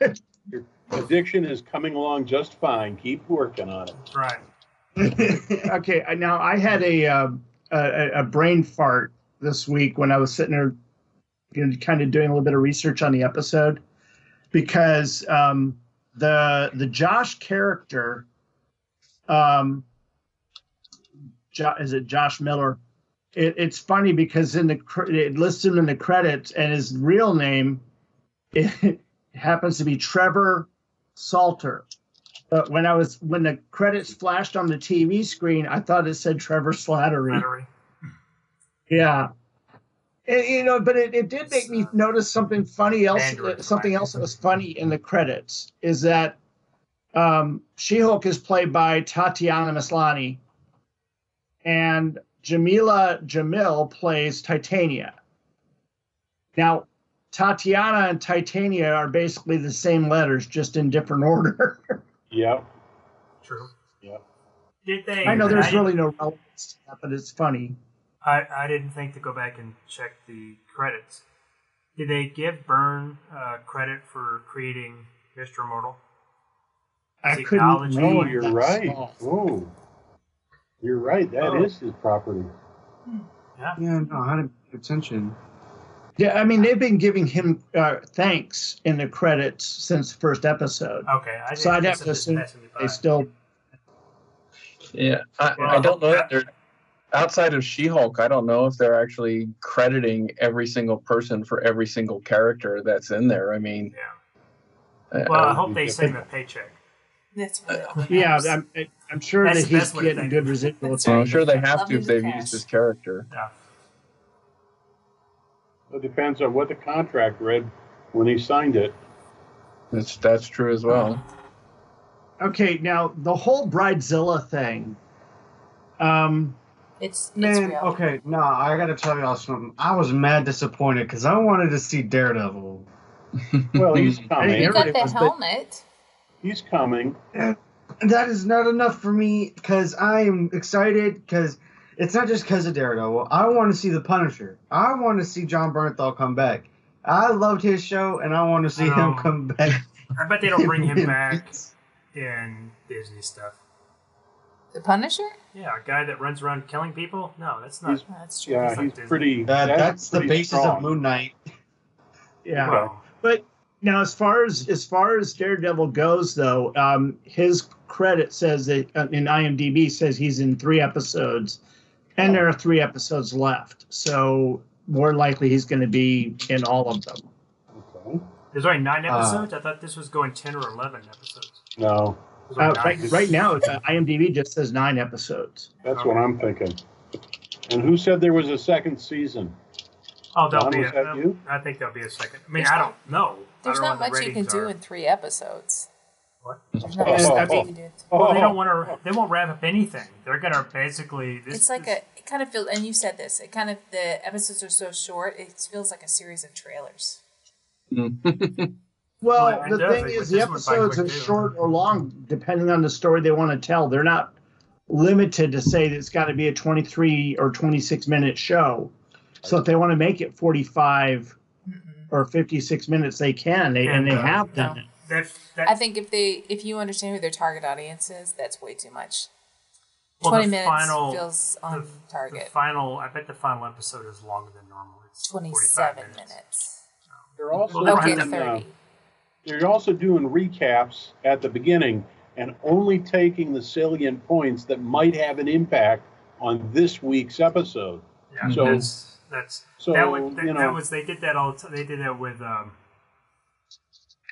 [SPEAKER 1] addiction is coming along just fine. Keep working on it.
[SPEAKER 6] That's right.
[SPEAKER 2] okay, I- now I had a, uh, a a brain fart this week when I was sitting there, you know, kind of doing a little bit of research on the episode, because um, the the Josh character, um, jo- is it Josh Miller? It, it's funny because in the cr- it lists him in the credits, and his real name it happens to be Trevor Salter. But when I was when the credits flashed on the TV screen, I thought it said Trevor Slattery.
[SPEAKER 6] Battery.
[SPEAKER 2] Yeah. And, you know, but it, it did make me notice something funny else. uh,
[SPEAKER 6] Mandarin
[SPEAKER 2] something
[SPEAKER 6] twang.
[SPEAKER 2] else that was funny in the credits is that um, She-Hulk is played by Tatiana Maslany, and Jamila Jamil plays Titania. Now, Tatiana and Titania are basically the same letters, just in different order.
[SPEAKER 1] Yep.
[SPEAKER 6] True.
[SPEAKER 1] Yep.
[SPEAKER 6] Did they?
[SPEAKER 2] I know there's
[SPEAKER 6] I-
[SPEAKER 2] really no relevance to that, but it's funny.
[SPEAKER 6] I, I didn't think to go back and check the credits. Did they give Byrne uh, credit for creating Mr. Immortal?
[SPEAKER 2] I
[SPEAKER 6] It's
[SPEAKER 2] couldn't.
[SPEAKER 6] acknowledged.
[SPEAKER 2] read
[SPEAKER 1] Oh,
[SPEAKER 6] Gee,
[SPEAKER 1] you're
[SPEAKER 2] that
[SPEAKER 1] right.
[SPEAKER 2] small.
[SPEAKER 1] Whoa. You're right. That is
[SPEAKER 6] Oh.
[SPEAKER 1] his property.
[SPEAKER 6] Yeah.
[SPEAKER 3] Yeah, no, I didn't pay attention.
[SPEAKER 2] Yeah, I mean they've been giving him uh, thanks in the credits since the first episode.
[SPEAKER 6] Okay. I
[SPEAKER 2] So I'd
[SPEAKER 6] didn't,
[SPEAKER 2] have
[SPEAKER 6] this
[SPEAKER 2] to
[SPEAKER 6] is
[SPEAKER 2] assume
[SPEAKER 6] passing me by.
[SPEAKER 2] They still.
[SPEAKER 5] Yeah, I, I don't know if they're outside of She-Hulk. I don't know if they're actually crediting every single person for every single character that's in there. I mean,
[SPEAKER 6] Yeah.
[SPEAKER 5] uh,
[SPEAKER 6] Well, I
[SPEAKER 5] uh,
[SPEAKER 6] hope they send him a paycheck.
[SPEAKER 4] That's really all that
[SPEAKER 2] Yeah,
[SPEAKER 4] matters.
[SPEAKER 2] I'm, I'm sure
[SPEAKER 6] That's-
[SPEAKER 2] that he's
[SPEAKER 6] that's what I
[SPEAKER 2] getting
[SPEAKER 6] think.
[SPEAKER 2] good residuals.
[SPEAKER 4] That's
[SPEAKER 5] well, I'm
[SPEAKER 4] right.
[SPEAKER 5] sure they have
[SPEAKER 4] Love
[SPEAKER 5] to
[SPEAKER 4] me
[SPEAKER 5] if
[SPEAKER 4] the
[SPEAKER 5] they've
[SPEAKER 4] cash.
[SPEAKER 5] used this character.
[SPEAKER 6] Yeah.
[SPEAKER 1] It depends on what the contract read when he signed it.
[SPEAKER 5] That's that's true as well.
[SPEAKER 2] Okay, now the whole Bridezilla thing. Um,
[SPEAKER 4] It's it's
[SPEAKER 3] Man,
[SPEAKER 4] real.
[SPEAKER 3] okay, no, I gotta tell y'all something. I was mad disappointed because I wanted to see Daredevil.
[SPEAKER 1] Well, he's
[SPEAKER 2] Hey,
[SPEAKER 4] You
[SPEAKER 1] coming.
[SPEAKER 2] every-
[SPEAKER 4] got
[SPEAKER 2] everybody
[SPEAKER 4] the
[SPEAKER 2] was, but-
[SPEAKER 4] helmet.
[SPEAKER 1] He's coming.
[SPEAKER 3] That is not enough for me because I am excited because it's not just because of Daredevil. I want to see the Punisher. I want to see John Bernthal come back. I loved his show and I want to see him
[SPEAKER 6] Oh.
[SPEAKER 3] come back.
[SPEAKER 6] I bet they don't bring him
[SPEAKER 3] in
[SPEAKER 6] back
[SPEAKER 3] peace.
[SPEAKER 2] Uh,
[SPEAKER 6] in Disney stuff.
[SPEAKER 4] The Punisher? Oh,
[SPEAKER 6] Yeah, a guy that runs around killing people? No, that's not.
[SPEAKER 1] He's-
[SPEAKER 4] That's true.
[SPEAKER 1] Yeah, he's pretty.
[SPEAKER 3] That, that's, the
[SPEAKER 1] pretty
[SPEAKER 3] basis
[SPEAKER 1] strong.
[SPEAKER 3] of Moon Knight.
[SPEAKER 2] yeah.
[SPEAKER 6] well,
[SPEAKER 2] But now, as far as as far as Daredevil goes, though, um, his credit says that uh, in IMDb says he's in three episodes, and there are three episodes left. So more likely, he's going to be in all of them.
[SPEAKER 1] Okay.
[SPEAKER 6] there's only nine
[SPEAKER 3] Uh,
[SPEAKER 6] episodes? I thought this was going 10 or 11 episodes.
[SPEAKER 1] No,
[SPEAKER 6] There's
[SPEAKER 2] Uh,
[SPEAKER 6] only nine.
[SPEAKER 2] right, right now, uh, IMDb just says nine episodes.
[SPEAKER 1] that's what I'm thinking. And who said there was a second season?
[SPEAKER 6] Oh,
[SPEAKER 1] Don,
[SPEAKER 6] there'll be
[SPEAKER 1] was
[SPEAKER 6] a,
[SPEAKER 1] that
[SPEAKER 6] uh,
[SPEAKER 1] you?
[SPEAKER 6] I think there'll be a second. I mean,
[SPEAKER 4] There's
[SPEAKER 6] I
[SPEAKER 4] not-
[SPEAKER 6] don't know. I
[SPEAKER 4] There's
[SPEAKER 6] don't know
[SPEAKER 4] not
[SPEAKER 6] what the
[SPEAKER 4] much you can
[SPEAKER 6] ratings
[SPEAKER 4] do
[SPEAKER 6] are.
[SPEAKER 4] in three episodes.
[SPEAKER 6] What?
[SPEAKER 4] There's not
[SPEAKER 1] Oh,
[SPEAKER 4] much
[SPEAKER 1] oh,
[SPEAKER 4] stuff
[SPEAKER 1] oh.
[SPEAKER 4] you can do. in three-
[SPEAKER 6] Well, they don't want to. They won't wrap up anything. They're gonna basically. This,
[SPEAKER 4] It's like a.
[SPEAKER 6] this-
[SPEAKER 4] It kind of feels, and you said this. It kind of the episodes are so short. It feels like a series of trailers.
[SPEAKER 5] Mm-hmm.
[SPEAKER 2] Well,
[SPEAKER 6] Well, it
[SPEAKER 2] the
[SPEAKER 6] does,
[SPEAKER 2] thing
[SPEAKER 6] but
[SPEAKER 2] is,
[SPEAKER 6] this
[SPEAKER 2] the
[SPEAKER 6] went by
[SPEAKER 2] episodes
[SPEAKER 6] quick,
[SPEAKER 2] are
[SPEAKER 6] too.
[SPEAKER 2] short or long, depending on the story they want to tell. They're not limited to say that it's got to be a 23 or 26 minute show. So if they want to make it 45
[SPEAKER 4] Mm-mm.
[SPEAKER 2] or 56 minutes, they can, they, and they
[SPEAKER 6] Mm-hmm. And, uh,
[SPEAKER 2] have done it.
[SPEAKER 6] that, that,
[SPEAKER 4] I think if they, if you understand who their target audience is, that's way too much.
[SPEAKER 6] well,
[SPEAKER 4] Twenty
[SPEAKER 6] the
[SPEAKER 4] minutes
[SPEAKER 6] final,
[SPEAKER 4] feels
[SPEAKER 6] the,
[SPEAKER 4] on
[SPEAKER 6] The
[SPEAKER 4] target.
[SPEAKER 6] final. I bet the final episode is longer than normal. It's 45
[SPEAKER 4] Twenty-seven
[SPEAKER 6] minutes.
[SPEAKER 4] minutes.
[SPEAKER 1] They're also
[SPEAKER 6] Well,
[SPEAKER 4] Okay,
[SPEAKER 6] Right.
[SPEAKER 1] doing, uh,
[SPEAKER 4] thirty.
[SPEAKER 1] they're also doing recaps at the beginning and only taking the salient points that might have an impact on this week's episode.
[SPEAKER 6] Yeah,
[SPEAKER 1] So-
[SPEAKER 6] that's that's
[SPEAKER 1] Mm-hmm. so,
[SPEAKER 6] that, would, that,
[SPEAKER 1] you know-
[SPEAKER 6] that was they did that all. the ti- They did that with um,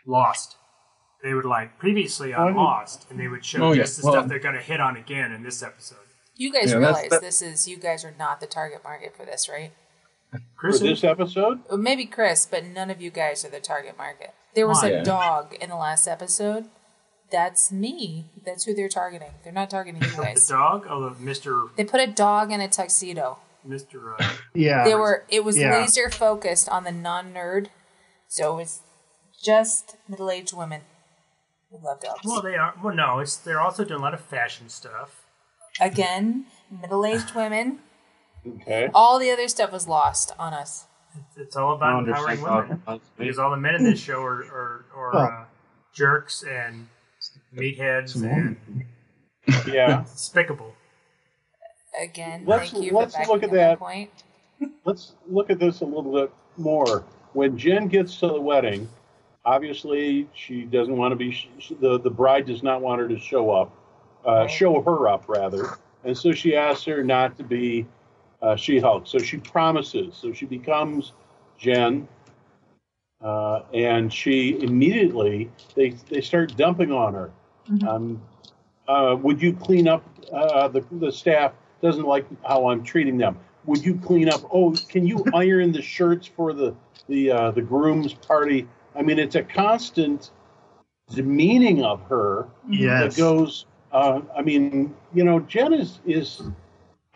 [SPEAKER 6] Lost. They would like previously
[SPEAKER 1] Oh,
[SPEAKER 6] on
[SPEAKER 1] yeah.
[SPEAKER 6] Lost, and they would show
[SPEAKER 5] Oh, yeah.
[SPEAKER 6] just the
[SPEAKER 5] Well-
[SPEAKER 6] stuff they're gonna hit on again in this episode.
[SPEAKER 4] You guys
[SPEAKER 5] Yeah, that's-
[SPEAKER 4] realize
[SPEAKER 5] that-
[SPEAKER 4] this is you guys are not the target market for this, right?
[SPEAKER 1] For
[SPEAKER 6] Chris,
[SPEAKER 1] this episode,
[SPEAKER 4] Well, maybe Chris, but none of you guys are the target market. There was
[SPEAKER 6] Why?
[SPEAKER 4] a
[SPEAKER 5] Yeah.
[SPEAKER 4] dog in the last episode. That's me. That's who they're targeting. They're not targeting you
[SPEAKER 6] the
[SPEAKER 4] guys.
[SPEAKER 6] dog, oh, the Mister
[SPEAKER 4] They put a dog in a tuxedo.
[SPEAKER 6] Mister. Uh,
[SPEAKER 2] Yeah.
[SPEAKER 4] They were. It was
[SPEAKER 2] Yeah.
[SPEAKER 4] laser focused on the non-nerd, so it was just middle-aged women who love dogs.
[SPEAKER 6] well, they are. Well, no, it's they're also doing a lot of fashion stuff.
[SPEAKER 4] Again, middle-aged women.
[SPEAKER 1] okay.
[SPEAKER 4] All the other stuff was lost on us.
[SPEAKER 6] It's all
[SPEAKER 3] I
[SPEAKER 6] about empowering women.
[SPEAKER 3] understand how-
[SPEAKER 6] Because all the men in this show are are, are uh, jerks and meatheads and
[SPEAKER 1] Yeah.
[SPEAKER 6] despicable.
[SPEAKER 4] Again,
[SPEAKER 1] Let's-
[SPEAKER 4] thank you
[SPEAKER 1] let's
[SPEAKER 4] for backing
[SPEAKER 1] look at
[SPEAKER 4] up my
[SPEAKER 1] that.
[SPEAKER 4] point.
[SPEAKER 1] Let's look at this a little bit more. When Jen gets to the wedding, obviously she doesn't want to be sh- the the bride does not want her to show up, uh,
[SPEAKER 4] Right.
[SPEAKER 1] show her up rather, and so she asks her not to be uh, She-Hulk. So she promises. So she becomes Jen, uh, and she immediately they they start dumping on her.
[SPEAKER 4] Mhm.
[SPEAKER 1] Um, uh, would you clean up uh, the the staff doesn't like how I'm treating them. Would you clean up? Oh, can you iron the shirts for the the uh, the groom's party? I mean, it's a constant demeaning of her
[SPEAKER 3] Yes.
[SPEAKER 1] that goes. Uh, I mean, you know, Jen is is.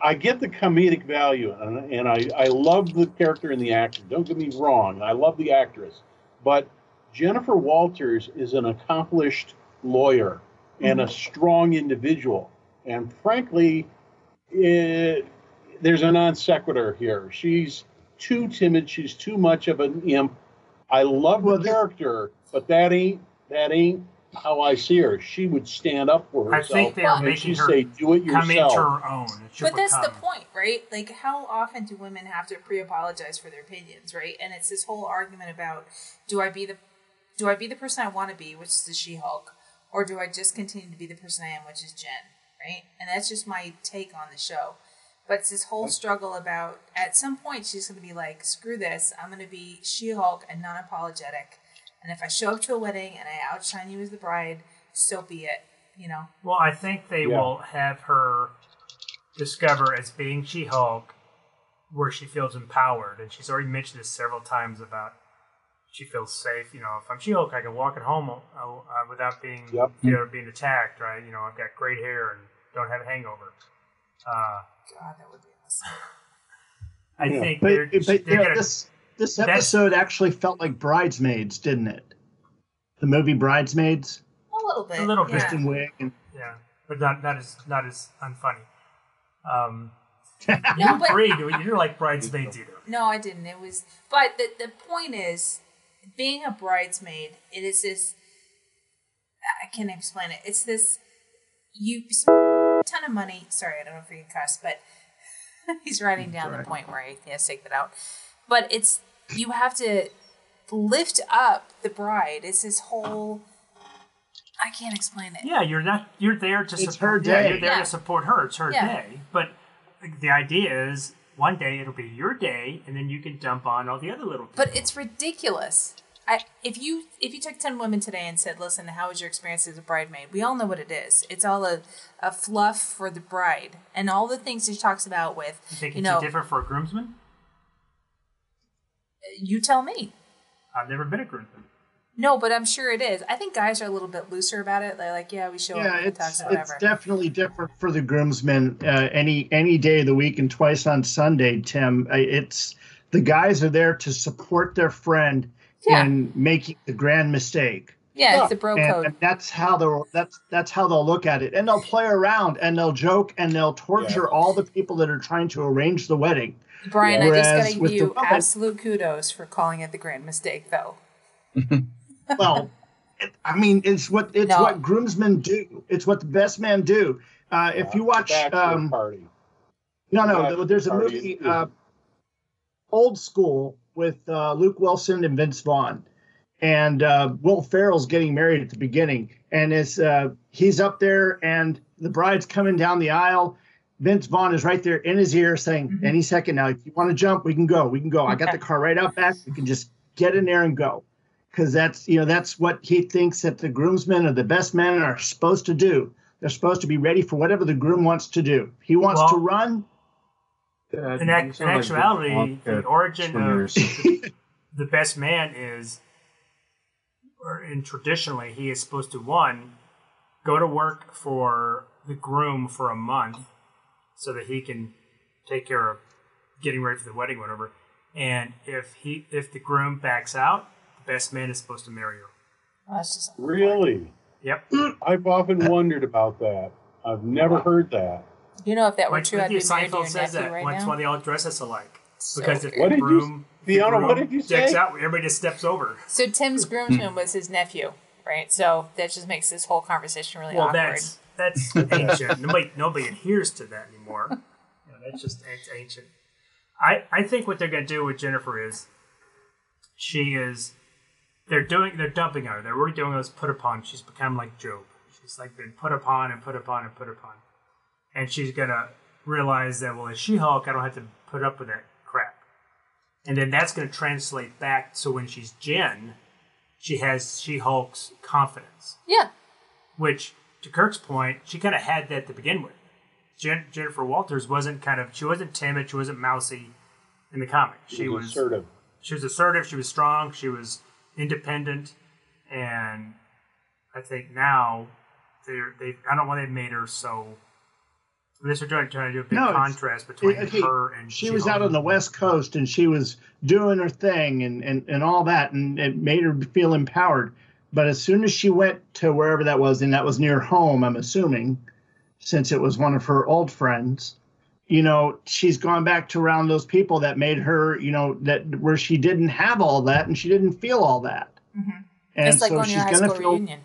[SPEAKER 1] I get the comedic value, and, and I I love the character and the actor. Don't get me wrong, I love the actress, but Jennifer Walters is an accomplished lawyer and a strong individual, and frankly, it, there's a non sequitur here. She's too timid. She's too much of an imp. I love
[SPEAKER 2] Well,
[SPEAKER 1] the
[SPEAKER 2] this-
[SPEAKER 1] character, but that ain't that ain't how I see her. She would stand up for
[SPEAKER 6] I
[SPEAKER 1] herself.
[SPEAKER 6] think they are
[SPEAKER 4] Well,
[SPEAKER 1] and she
[SPEAKER 6] making her
[SPEAKER 1] say, "Do it
[SPEAKER 6] come into
[SPEAKER 1] yourself."
[SPEAKER 6] her own. It should
[SPEAKER 4] But that's the
[SPEAKER 6] become-
[SPEAKER 4] point, right? Like, how often do women have to pre-apologize for their opinions, right? And it's this whole argument about do I be the do I be the person I want to be, which is the She-Hulk, or do I just continue to be the person I am, which is Jen, right? And that's just my take on the show. But it's this whole struggle about at some point she's going to be like, screw this, I'm going to be She-Hulk and non-apologetic. And if I show up to a wedding and I outshine you as the bride, so be it. You know,
[SPEAKER 6] Well, I think they
[SPEAKER 1] Yeah.
[SPEAKER 6] will have her discover as being She Hulk where she feels empowered. And she's already mentioned this several times about she feels safe. You know, if I'm She Hulk, I can walk at home uh, uh, without being
[SPEAKER 1] Yep.
[SPEAKER 6] fear of being attacked, right? You know, I've got great hair and don't have a hangover. Uh,
[SPEAKER 4] God, that would be awesome.
[SPEAKER 6] I
[SPEAKER 1] Yeah,
[SPEAKER 6] think they're,
[SPEAKER 2] But,
[SPEAKER 6] they're
[SPEAKER 2] but you know,
[SPEAKER 6] gonna,
[SPEAKER 2] this this
[SPEAKER 6] that's-
[SPEAKER 2] episode actually felt like Bridesmaids, didn't it? The movie Bridesmaids,
[SPEAKER 4] A little bit.
[SPEAKER 6] A little
[SPEAKER 4] yeah.
[SPEAKER 2] Kristen Wiig, and
[SPEAKER 6] yeah, but not not as not as unfunny. Um,
[SPEAKER 4] No, but
[SPEAKER 6] Bree, you you're like bridesmaids either.
[SPEAKER 4] No, I didn't. It was, but the the point is, being a bridesmaid, it is this. I can't explain it. It's this. You spend a ton of money. Sorry, I don't know if you can cuss, but he's writing down the point where he has to take that out. But it's you have to lift up the bride. It's this whole. I can't explain it.
[SPEAKER 6] Yeah, you're not. You're there to
[SPEAKER 2] It's her
[SPEAKER 6] support. yeah,
[SPEAKER 2] day.
[SPEAKER 6] you're there
[SPEAKER 4] Yeah.
[SPEAKER 6] to support her. It's her
[SPEAKER 4] Yeah.
[SPEAKER 6] day. But the idea is one day it'll be your day, and then you can dump on all the other little. People.
[SPEAKER 4] But it's ridiculous. I, if you if you took ten women today and said, "Listen, how was your experience as a bridesmaid?" We all know what it is. It's all a, a fluff for the bride and all the things she talks about with
[SPEAKER 6] you
[SPEAKER 4] you,
[SPEAKER 6] think it's
[SPEAKER 4] know.
[SPEAKER 6] different for a groomsman?
[SPEAKER 4] You tell me.
[SPEAKER 6] I've never been a groomsman.
[SPEAKER 4] No, but I'm sure it is. I think guys are a little bit looser about it. They're like, "Yeah, we show
[SPEAKER 2] yeah,
[SPEAKER 4] up and
[SPEAKER 2] it's
[SPEAKER 4] talk about
[SPEAKER 2] it's
[SPEAKER 4] whatever."
[SPEAKER 2] definitely different for the groomsmen uh, any any day of the week and twice on Sunday. Tim, I- it's the guys are there to support their friend
[SPEAKER 4] Yeah.
[SPEAKER 2] in making the grand mistake.
[SPEAKER 4] yeah,
[SPEAKER 2] oh,
[SPEAKER 4] it's the bro
[SPEAKER 2] and,
[SPEAKER 4] code.
[SPEAKER 2] and that's how they'll that's that's how they'll look at it and they'll play around and they'll joke and they'll torture all the people that are trying to arrange the wedding
[SPEAKER 4] Brian, I just
[SPEAKER 2] whereas
[SPEAKER 4] gotta give
[SPEAKER 2] with the
[SPEAKER 4] you
[SPEAKER 2] woman-
[SPEAKER 4] absolute kudos for calling it the grand mistake, though.
[SPEAKER 2] well it, i mean it's what it's
[SPEAKER 4] No.
[SPEAKER 2] what groomsmen do it's what the best men do uh, if you watch
[SPEAKER 1] Bachelor
[SPEAKER 2] um,
[SPEAKER 1] party.
[SPEAKER 2] no
[SPEAKER 1] bachelor
[SPEAKER 2] no there's a
[SPEAKER 1] party
[SPEAKER 2] movie
[SPEAKER 1] is-
[SPEAKER 2] uh, old school with uh, luke wilson and vince vaughn and uh, Will Ferrell's getting married at the beginning, and it's uh, he's up there, and the bride's coming down the aisle. Vince Vaughn is right there in his ear, saying,
[SPEAKER 4] Mhm.
[SPEAKER 2] "Any second now, if you want to jump, we can go. We can go. I got the car right out back. We can just get in there and go." Because that's you know that's what he thinks that the groomsmen or the best men are supposed to do. They're supposed to be ready for whatever the groom wants to do. He wants to
[SPEAKER 6] Well-
[SPEAKER 2] run.
[SPEAKER 6] In, act, in actuality, the origin of the best man is, or in traditionally, he is supposed to one go to work for the groom for a month, so that he can take care of getting ready for the wedding, whatever. And if he if the groom backs out, the best man is supposed to marry her.
[SPEAKER 4] Oh, that's just
[SPEAKER 1] Really?
[SPEAKER 6] Yep.
[SPEAKER 1] I've often wondered about that. I've never heard that.
[SPEAKER 4] You know, if that were
[SPEAKER 6] Like
[SPEAKER 4] true, I'd
[SPEAKER 6] Mickey
[SPEAKER 4] be married to your
[SPEAKER 6] Seinfeld says
[SPEAKER 4] nephew
[SPEAKER 6] that.
[SPEAKER 4] right
[SPEAKER 6] That's
[SPEAKER 4] now.
[SPEAKER 6] why they all dress us alike.
[SPEAKER 4] So
[SPEAKER 6] Because if
[SPEAKER 1] What
[SPEAKER 6] the
[SPEAKER 1] did you-
[SPEAKER 6] groom, the
[SPEAKER 1] Fiona, what
[SPEAKER 6] groom
[SPEAKER 1] did you
[SPEAKER 6] decks
[SPEAKER 1] say?
[SPEAKER 6] out, everybody just steps over.
[SPEAKER 4] So Tim's
[SPEAKER 2] Mm-hmm.
[SPEAKER 4] groomsman was his nephew, right? So that just makes this whole conversation really
[SPEAKER 6] well,
[SPEAKER 4] awkward.
[SPEAKER 6] that's that's ancient. Nobody nobody adheres to that anymore. You know, that's just it's ancient. I I think what they're gonna do with Jennifer is she is they're doing they're dumping her. They're redoing her as put upon. She's become like Job. She's like been put upon and put upon and put upon, and she's gonna realize that well, as She Hulk, I don't have to put up with that crap. And then that's gonna translate back. So when she's Jen, she has She Hulk's confidence
[SPEAKER 4] Yeah,
[SPEAKER 6] which to Kirk's point, she kind of had that to begin with. Jen- Jennifer Walters wasn't kind of she wasn't timid, she wasn't mousy in the comic. She
[SPEAKER 1] It
[SPEAKER 6] was
[SPEAKER 1] assertive.
[SPEAKER 6] she was assertive, she was strong, she was independent, and I think now they're they I don't know why they made her so. Unless they're trying, trying to do a big
[SPEAKER 2] No, it's-
[SPEAKER 6] contrast between
[SPEAKER 2] okay,
[SPEAKER 6] her and
[SPEAKER 2] she was out
[SPEAKER 6] She-Hulk.
[SPEAKER 2] on the west coast and she was doing her thing and, and, and all that and it made her feel empowered but as soon as she went to wherever that was and that was near home i'm assuming since it was one of her old friends you know she's gone back to around those people that made her you know that where she didn't have all that and she didn't feel all that and
[SPEAKER 4] it's Mm-hmm.
[SPEAKER 2] so
[SPEAKER 4] like going to
[SPEAKER 2] she's
[SPEAKER 4] your high
[SPEAKER 2] gonna
[SPEAKER 4] school
[SPEAKER 2] feel
[SPEAKER 4] reunion.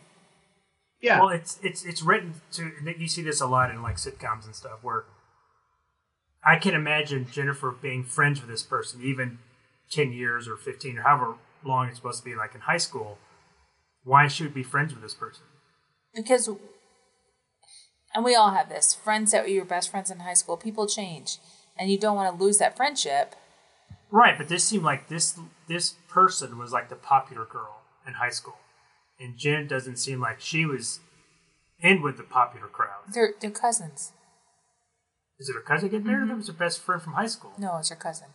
[SPEAKER 2] yeah
[SPEAKER 6] Well, it's it's it's written to. and You see this a lot in like sitcoms and stuff, where I can imagine Jennifer being friends with this person, even ten years or fifteen or however long it's supposed to be, like in high school. Why she would be friends with this person?
[SPEAKER 4] Because, and we all have this friends that were your best friends in high school, people change, and you don't want to lose that friendship.
[SPEAKER 6] Right, but this seemed like this this person was like the popular girl in high school, and Jen doesn't seem like she was in with the popular crowd.
[SPEAKER 4] They're, they're cousins.
[SPEAKER 6] Is it her cousin getting married? Or was her best friend from high school?
[SPEAKER 4] No, it's your cousin.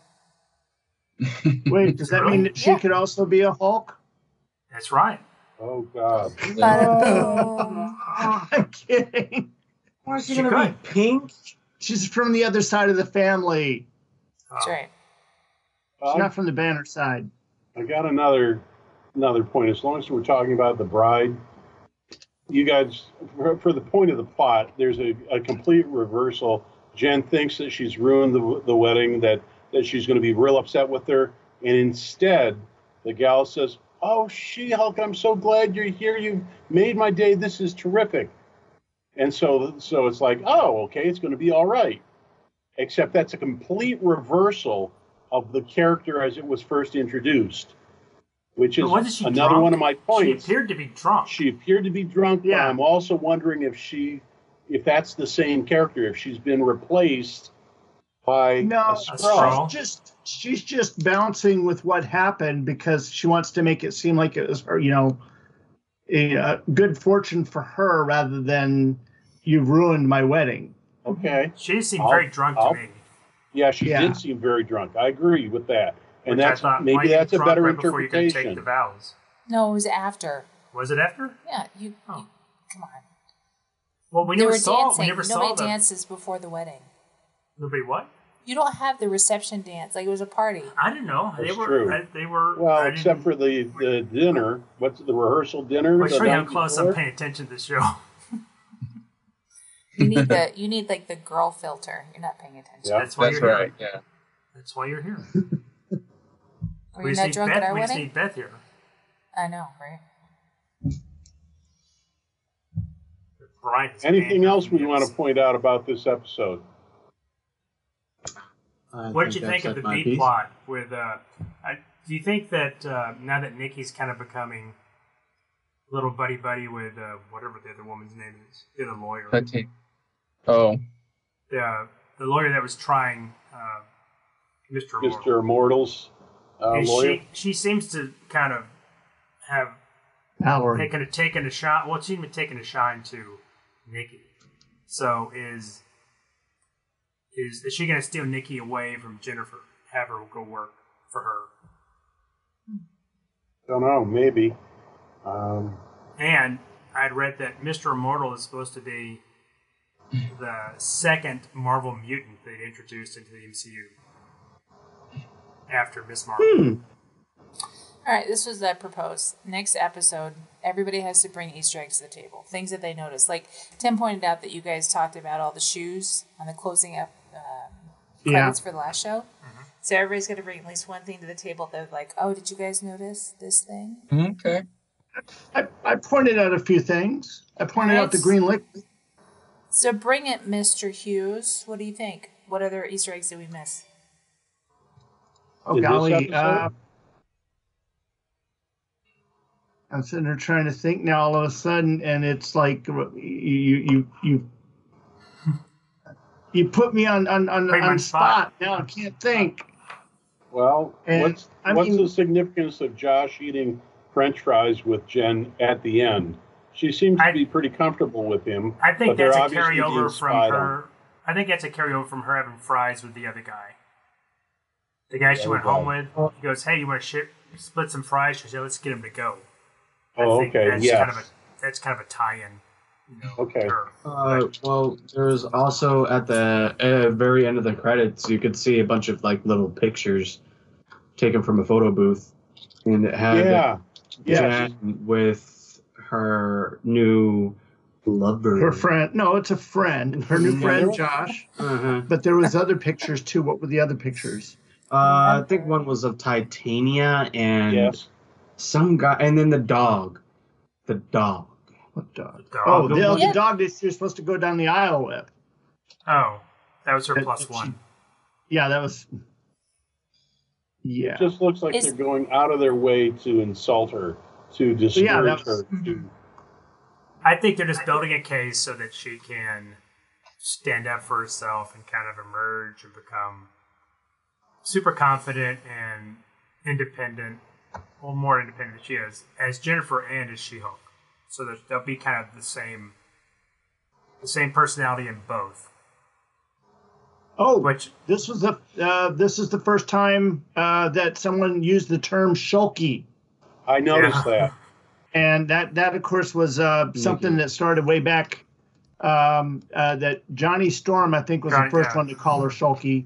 [SPEAKER 2] wait does that mean that she
[SPEAKER 4] Yeah.
[SPEAKER 2] could also be a hulk
[SPEAKER 6] That's right.
[SPEAKER 1] Oh God.
[SPEAKER 4] But, um,
[SPEAKER 2] i'm kidding
[SPEAKER 3] Why is she,
[SPEAKER 6] She
[SPEAKER 3] gonna
[SPEAKER 6] could.
[SPEAKER 3] be pink?
[SPEAKER 2] She's from the other side of the family.
[SPEAKER 4] That's right.
[SPEAKER 2] She's not from the Banner side.
[SPEAKER 1] Um, I got another another point. As long as we're talking about the bride, you guys, for, for the point of the plot, there's a, a complete reversal. Jen thinks that she's ruined the, the wedding, that, that she's going to be real upset with her. And instead, the gal says, Oh, She Hulk, I'm so glad you're here. You've made my day. This is terrific. And so, so it's like, Oh, okay, it's going to be all right. Except that's a complete reversal of the character as it was first introduced, which is
[SPEAKER 6] But wasn't she
[SPEAKER 1] another
[SPEAKER 6] drunk?
[SPEAKER 1] one of my
[SPEAKER 6] She
[SPEAKER 1] points
[SPEAKER 6] appeared to be drunk.
[SPEAKER 1] she appeared to be drunk. but
[SPEAKER 2] Yeah.
[SPEAKER 1] I'm also wondering if she, if that's the same character, if she's been replaced by
[SPEAKER 2] No,
[SPEAKER 1] a
[SPEAKER 6] A
[SPEAKER 1] straw.
[SPEAKER 6] straw.
[SPEAKER 2] she's just she's just bouncing with what happened because she wants to make it seem like it was her, you know, a, uh good fortune for her rather than you ruined my wedding.
[SPEAKER 1] Okay.
[SPEAKER 6] She seemed
[SPEAKER 1] I'll-
[SPEAKER 6] very drunk
[SPEAKER 1] I'll-
[SPEAKER 6] to me.
[SPEAKER 1] Yeah, she
[SPEAKER 2] Yeah.
[SPEAKER 1] did seem very drunk. I agree with that. And
[SPEAKER 6] which I
[SPEAKER 1] that's
[SPEAKER 6] thought might
[SPEAKER 1] maybe
[SPEAKER 6] be
[SPEAKER 1] that's a
[SPEAKER 6] drunk
[SPEAKER 1] better
[SPEAKER 6] right before you can take
[SPEAKER 1] interpretation.
[SPEAKER 6] the vows.
[SPEAKER 4] No, it was after.
[SPEAKER 6] Was it after?
[SPEAKER 4] Yeah, you. you-
[SPEAKER 6] Oh.
[SPEAKER 4] come on.
[SPEAKER 6] Well, we
[SPEAKER 4] they
[SPEAKER 6] never
[SPEAKER 4] were
[SPEAKER 6] saw.
[SPEAKER 4] dancing.
[SPEAKER 6] We never
[SPEAKER 4] Nobody
[SPEAKER 6] saw the
[SPEAKER 4] dances before the wedding.
[SPEAKER 6] nobody. What?
[SPEAKER 4] You don't have the reception dance. Like it was a party.
[SPEAKER 6] I didn't know. they
[SPEAKER 1] That's
[SPEAKER 6] were.
[SPEAKER 1] true.
[SPEAKER 6] I, they were.
[SPEAKER 1] well,
[SPEAKER 6] I
[SPEAKER 1] except
[SPEAKER 6] didn't-
[SPEAKER 1] for the the dinner. What's the rehearsal dinner?
[SPEAKER 6] Well,
[SPEAKER 1] the
[SPEAKER 6] show you how
[SPEAKER 1] night
[SPEAKER 6] close
[SPEAKER 1] before?
[SPEAKER 6] I'm paying attention to the show.
[SPEAKER 4] You need the. You need like the girl filter. You're not paying attention.
[SPEAKER 1] Yeah.
[SPEAKER 6] That's why
[SPEAKER 5] That's
[SPEAKER 6] you're
[SPEAKER 5] right.
[SPEAKER 6] here.
[SPEAKER 5] Yeah.
[SPEAKER 6] That's why you're here.
[SPEAKER 4] Were you
[SPEAKER 6] We just
[SPEAKER 4] not
[SPEAKER 6] need
[SPEAKER 4] drunk at
[SPEAKER 6] Beth.
[SPEAKER 4] our
[SPEAKER 6] We just
[SPEAKER 4] wedding?
[SPEAKER 6] need Beth here.
[SPEAKER 4] I know, right?
[SPEAKER 6] Brian's
[SPEAKER 1] Anything
[SPEAKER 6] banned
[SPEAKER 1] else
[SPEAKER 6] from
[SPEAKER 1] we want to
[SPEAKER 6] this.
[SPEAKER 1] point out about this episode?
[SPEAKER 3] I
[SPEAKER 6] What did you
[SPEAKER 3] I've
[SPEAKER 6] think of
[SPEAKER 3] said
[SPEAKER 6] the
[SPEAKER 3] my
[SPEAKER 6] B
[SPEAKER 3] piece.
[SPEAKER 6] plot with? Uh, I, do you think that uh, now that Nikki's kind of becoming little buddy buddy with uh, whatever the other woman's name is, the other lawyer,
[SPEAKER 5] That team. Oh,
[SPEAKER 6] the uh, the lawyer that was trying uh, Mr. Moore.
[SPEAKER 1] Mr. Immortals uh,
[SPEAKER 6] And
[SPEAKER 1] lawyer?
[SPEAKER 6] she she seems to kind of have
[SPEAKER 2] Allery.
[SPEAKER 6] taken a taken a shot. Well, she's been taking a shine to Nikki. So is is is she going to steal Nikki away from Jennifer? Have her go work for her?
[SPEAKER 1] Don't know. Maybe. Um,
[SPEAKER 6] And I'd read that Mr. Immortal is supposed to be the second Marvel mutant they'd introduced into the MCU after Miss Marvel.
[SPEAKER 4] All right, this was that proposed. Next episode, everybody has to bring Easter eggs to the table. Things that they noticed. Like Tim pointed out that you guys talked about all the shoes on the closing up um,
[SPEAKER 2] Yeah.
[SPEAKER 4] credits for the last show. So everybody's going to bring at least one thing to the table that, like, oh, did you guys notice this thing?
[SPEAKER 5] okay.
[SPEAKER 2] I, I pointed out a few things. I pointed out the
[SPEAKER 4] Nice.
[SPEAKER 2] green liquid.
[SPEAKER 4] So bring it, Mr. Hughes. What do you think? What other Easter eggs did we miss?
[SPEAKER 2] Oh
[SPEAKER 1] In this
[SPEAKER 2] golly!
[SPEAKER 1] episode?
[SPEAKER 2] Uh, I'm sitting there trying to think now. All of a sudden, and it's like you you you you put me on on on,
[SPEAKER 6] Pretty
[SPEAKER 2] on
[SPEAKER 6] much
[SPEAKER 2] spot. Now I can't think.
[SPEAKER 1] Well,
[SPEAKER 2] And,
[SPEAKER 1] what's
[SPEAKER 2] I
[SPEAKER 1] what's
[SPEAKER 2] mean-
[SPEAKER 1] the significance of Josh eating French fries with Jen at the end? She seems
[SPEAKER 6] I-
[SPEAKER 1] to be pretty comfortable with him.
[SPEAKER 6] I
[SPEAKER 1] but
[SPEAKER 6] think
[SPEAKER 1] they're
[SPEAKER 6] that's a
[SPEAKER 1] obviously being
[SPEAKER 6] carryover from
[SPEAKER 1] spied on.
[SPEAKER 6] her. I think that's a carryover from her having fries with the other guy. The guy she
[SPEAKER 1] other
[SPEAKER 6] went
[SPEAKER 1] guy.
[SPEAKER 6] home with. He goes, "Hey, you want to ship, split some fries?" She said, "Let's get him to go." I
[SPEAKER 1] Oh,
[SPEAKER 6] think
[SPEAKER 1] okay,
[SPEAKER 6] That's
[SPEAKER 1] yes.
[SPEAKER 6] kind of a that's kind of a tie-in. You know,
[SPEAKER 1] Okay.
[SPEAKER 6] to her.
[SPEAKER 3] Uh, well, there's also at the uh, very end of the credits, you could see a bunch of like little pictures taken from a photo booth, and it had
[SPEAKER 1] Yeah, yeah.
[SPEAKER 3] Jen with her new lover.
[SPEAKER 2] Her friend, no, it's a friend. Her new
[SPEAKER 3] Yeah,
[SPEAKER 2] friend,
[SPEAKER 1] there-
[SPEAKER 2] Josh.
[SPEAKER 3] Uh-huh.
[SPEAKER 2] But there was other pictures too. What were the other pictures?
[SPEAKER 3] Uh, I think one was of Titania and
[SPEAKER 1] Yes.
[SPEAKER 3] some guy, and then the dog. The dog.
[SPEAKER 2] What dog?
[SPEAKER 6] The dog.
[SPEAKER 2] Oh, the,
[SPEAKER 6] The-
[SPEAKER 2] the
[SPEAKER 4] Yeah.
[SPEAKER 2] dog that she was supposed to go down the aisle with.
[SPEAKER 6] oh, that was her
[SPEAKER 2] That-
[SPEAKER 6] plus
[SPEAKER 2] that she-
[SPEAKER 6] one.
[SPEAKER 2] Yeah, that was. Yeah.
[SPEAKER 1] It just looks like
[SPEAKER 4] Is-
[SPEAKER 1] they're going out of their way to insult her, to discourage
[SPEAKER 2] Yeah, that was-
[SPEAKER 1] her. to-
[SPEAKER 6] I think they're just building a case so that she can stand up for herself and kind of emerge and become super confident and independent, well, more independent than she is, as Jennifer and as She Hulk. So that they'll be kind of the same, the same personality in both.
[SPEAKER 2] Oh,
[SPEAKER 6] Which
[SPEAKER 2] This was the uh, this is the first time uh, that someone used the term shulky,
[SPEAKER 1] I noticed
[SPEAKER 6] Yeah.
[SPEAKER 1] that.
[SPEAKER 2] and that that of course was uh, something that started way back um, uh, that Johnny Storm, I think, was
[SPEAKER 6] Johnny-
[SPEAKER 2] the first
[SPEAKER 6] yeah.
[SPEAKER 2] one to call her Sulky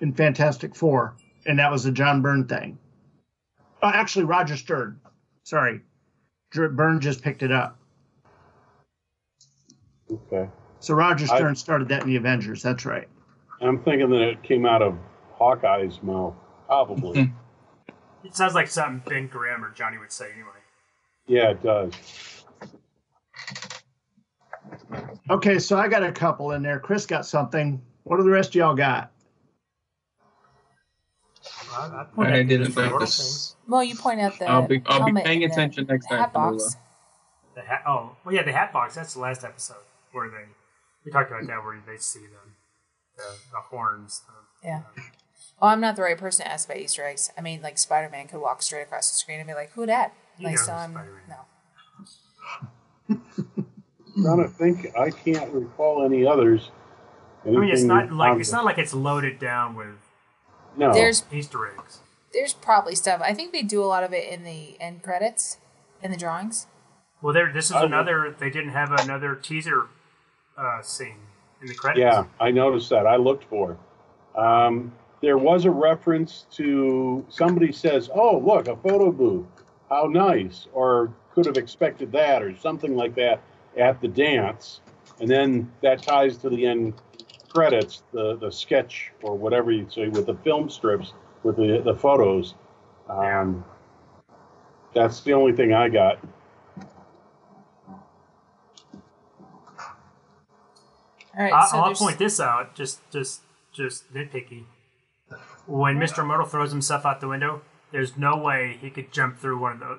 [SPEAKER 2] in Fantastic Four, and that was a John Byrne thing. Uh, actually, Roger Stern. Sorry, Dr- Byrne just picked it up.
[SPEAKER 1] Okay.
[SPEAKER 2] So Roger
[SPEAKER 1] I-
[SPEAKER 2] Stern started that in the Avengers. That's right.
[SPEAKER 1] I'm thinking that it came out of Hawkeye's mouth, probably.
[SPEAKER 6] It sounds like something Ben Grimm or Johnny would say anyway.
[SPEAKER 1] yeah, it does.
[SPEAKER 2] Okay, so I got a couple in there. Chris got something. What do the rest of y'all got?
[SPEAKER 6] I, I,
[SPEAKER 5] I didn't
[SPEAKER 6] the,
[SPEAKER 5] notice.
[SPEAKER 4] Well, you point out the
[SPEAKER 5] I'll be I'll be
[SPEAKER 4] helmet
[SPEAKER 5] paying
[SPEAKER 4] and the
[SPEAKER 5] attention next time.
[SPEAKER 4] hat box.
[SPEAKER 5] Camilla.
[SPEAKER 6] the hat. Oh, well, yeah, the hat box. That's the last episode where they we talked about that where they see the the, the horns. The,
[SPEAKER 4] Yeah. Well, Oh, I'm not the right person to ask about Easter eggs. I mean, like Spider Man could walk straight across the screen and be like, "Who that?"
[SPEAKER 6] You
[SPEAKER 4] Like,
[SPEAKER 6] know
[SPEAKER 4] so
[SPEAKER 6] who's
[SPEAKER 4] I'm
[SPEAKER 6] Spider-Man.
[SPEAKER 4] no.
[SPEAKER 1] trying to think. I can't recall any others.
[SPEAKER 6] I mean, it's
[SPEAKER 1] Anything
[SPEAKER 6] not like
[SPEAKER 1] on
[SPEAKER 6] it's
[SPEAKER 1] the-
[SPEAKER 6] not like it's loaded down with
[SPEAKER 1] No.
[SPEAKER 4] There's
[SPEAKER 6] Easter eggs.
[SPEAKER 4] there's probably stuff. I think they do a lot of it in the end credits, in the drawings.
[SPEAKER 6] Well, there. This is
[SPEAKER 1] I would-
[SPEAKER 6] another. They didn't have another teaser uh, scene in the credits.
[SPEAKER 1] yeah, I noticed that. I looked for. it. Um, there was a reference to somebody says, "Oh, look, a photo booth. How nice!" Or could have expected that, or something like that at the dance, and then that ties to the end credits, the the sketch or whatever you say with the film strips with the the photos. Um, that's the only thing I got.
[SPEAKER 4] All right,
[SPEAKER 6] I,
[SPEAKER 4] so
[SPEAKER 6] Uh, I'll
[SPEAKER 4] there's-
[SPEAKER 6] point this out. Just, just, just nitpicky. When Mr. Myrtle throws himself out the window, there's no way he could jump through one of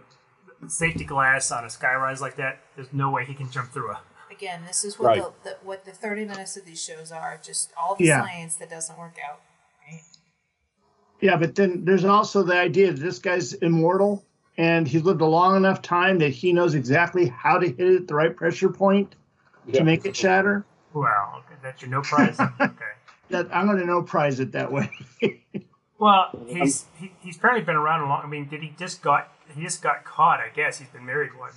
[SPEAKER 6] the safety glass on a skyrise like that. There's no way he can jump through a.
[SPEAKER 4] again. This is what
[SPEAKER 1] Right.
[SPEAKER 4] the, the what the 30 minutes of these shows are. Just all the
[SPEAKER 2] Yeah.
[SPEAKER 4] science that doesn't work out. Right?
[SPEAKER 2] Yeah, but then there's also the idea that this guy's immortal and he's lived a long enough time that he knows exactly how to hit it at the right pressure point
[SPEAKER 1] Yeah.
[SPEAKER 2] to make it shatter.
[SPEAKER 6] Wow, okay, that's your no prize. okay.
[SPEAKER 2] That I'm going to no prize it that way.
[SPEAKER 6] Well, he's he, he's apparently been around a long. I mean, did he just got he just got caught? I guess he's been married one.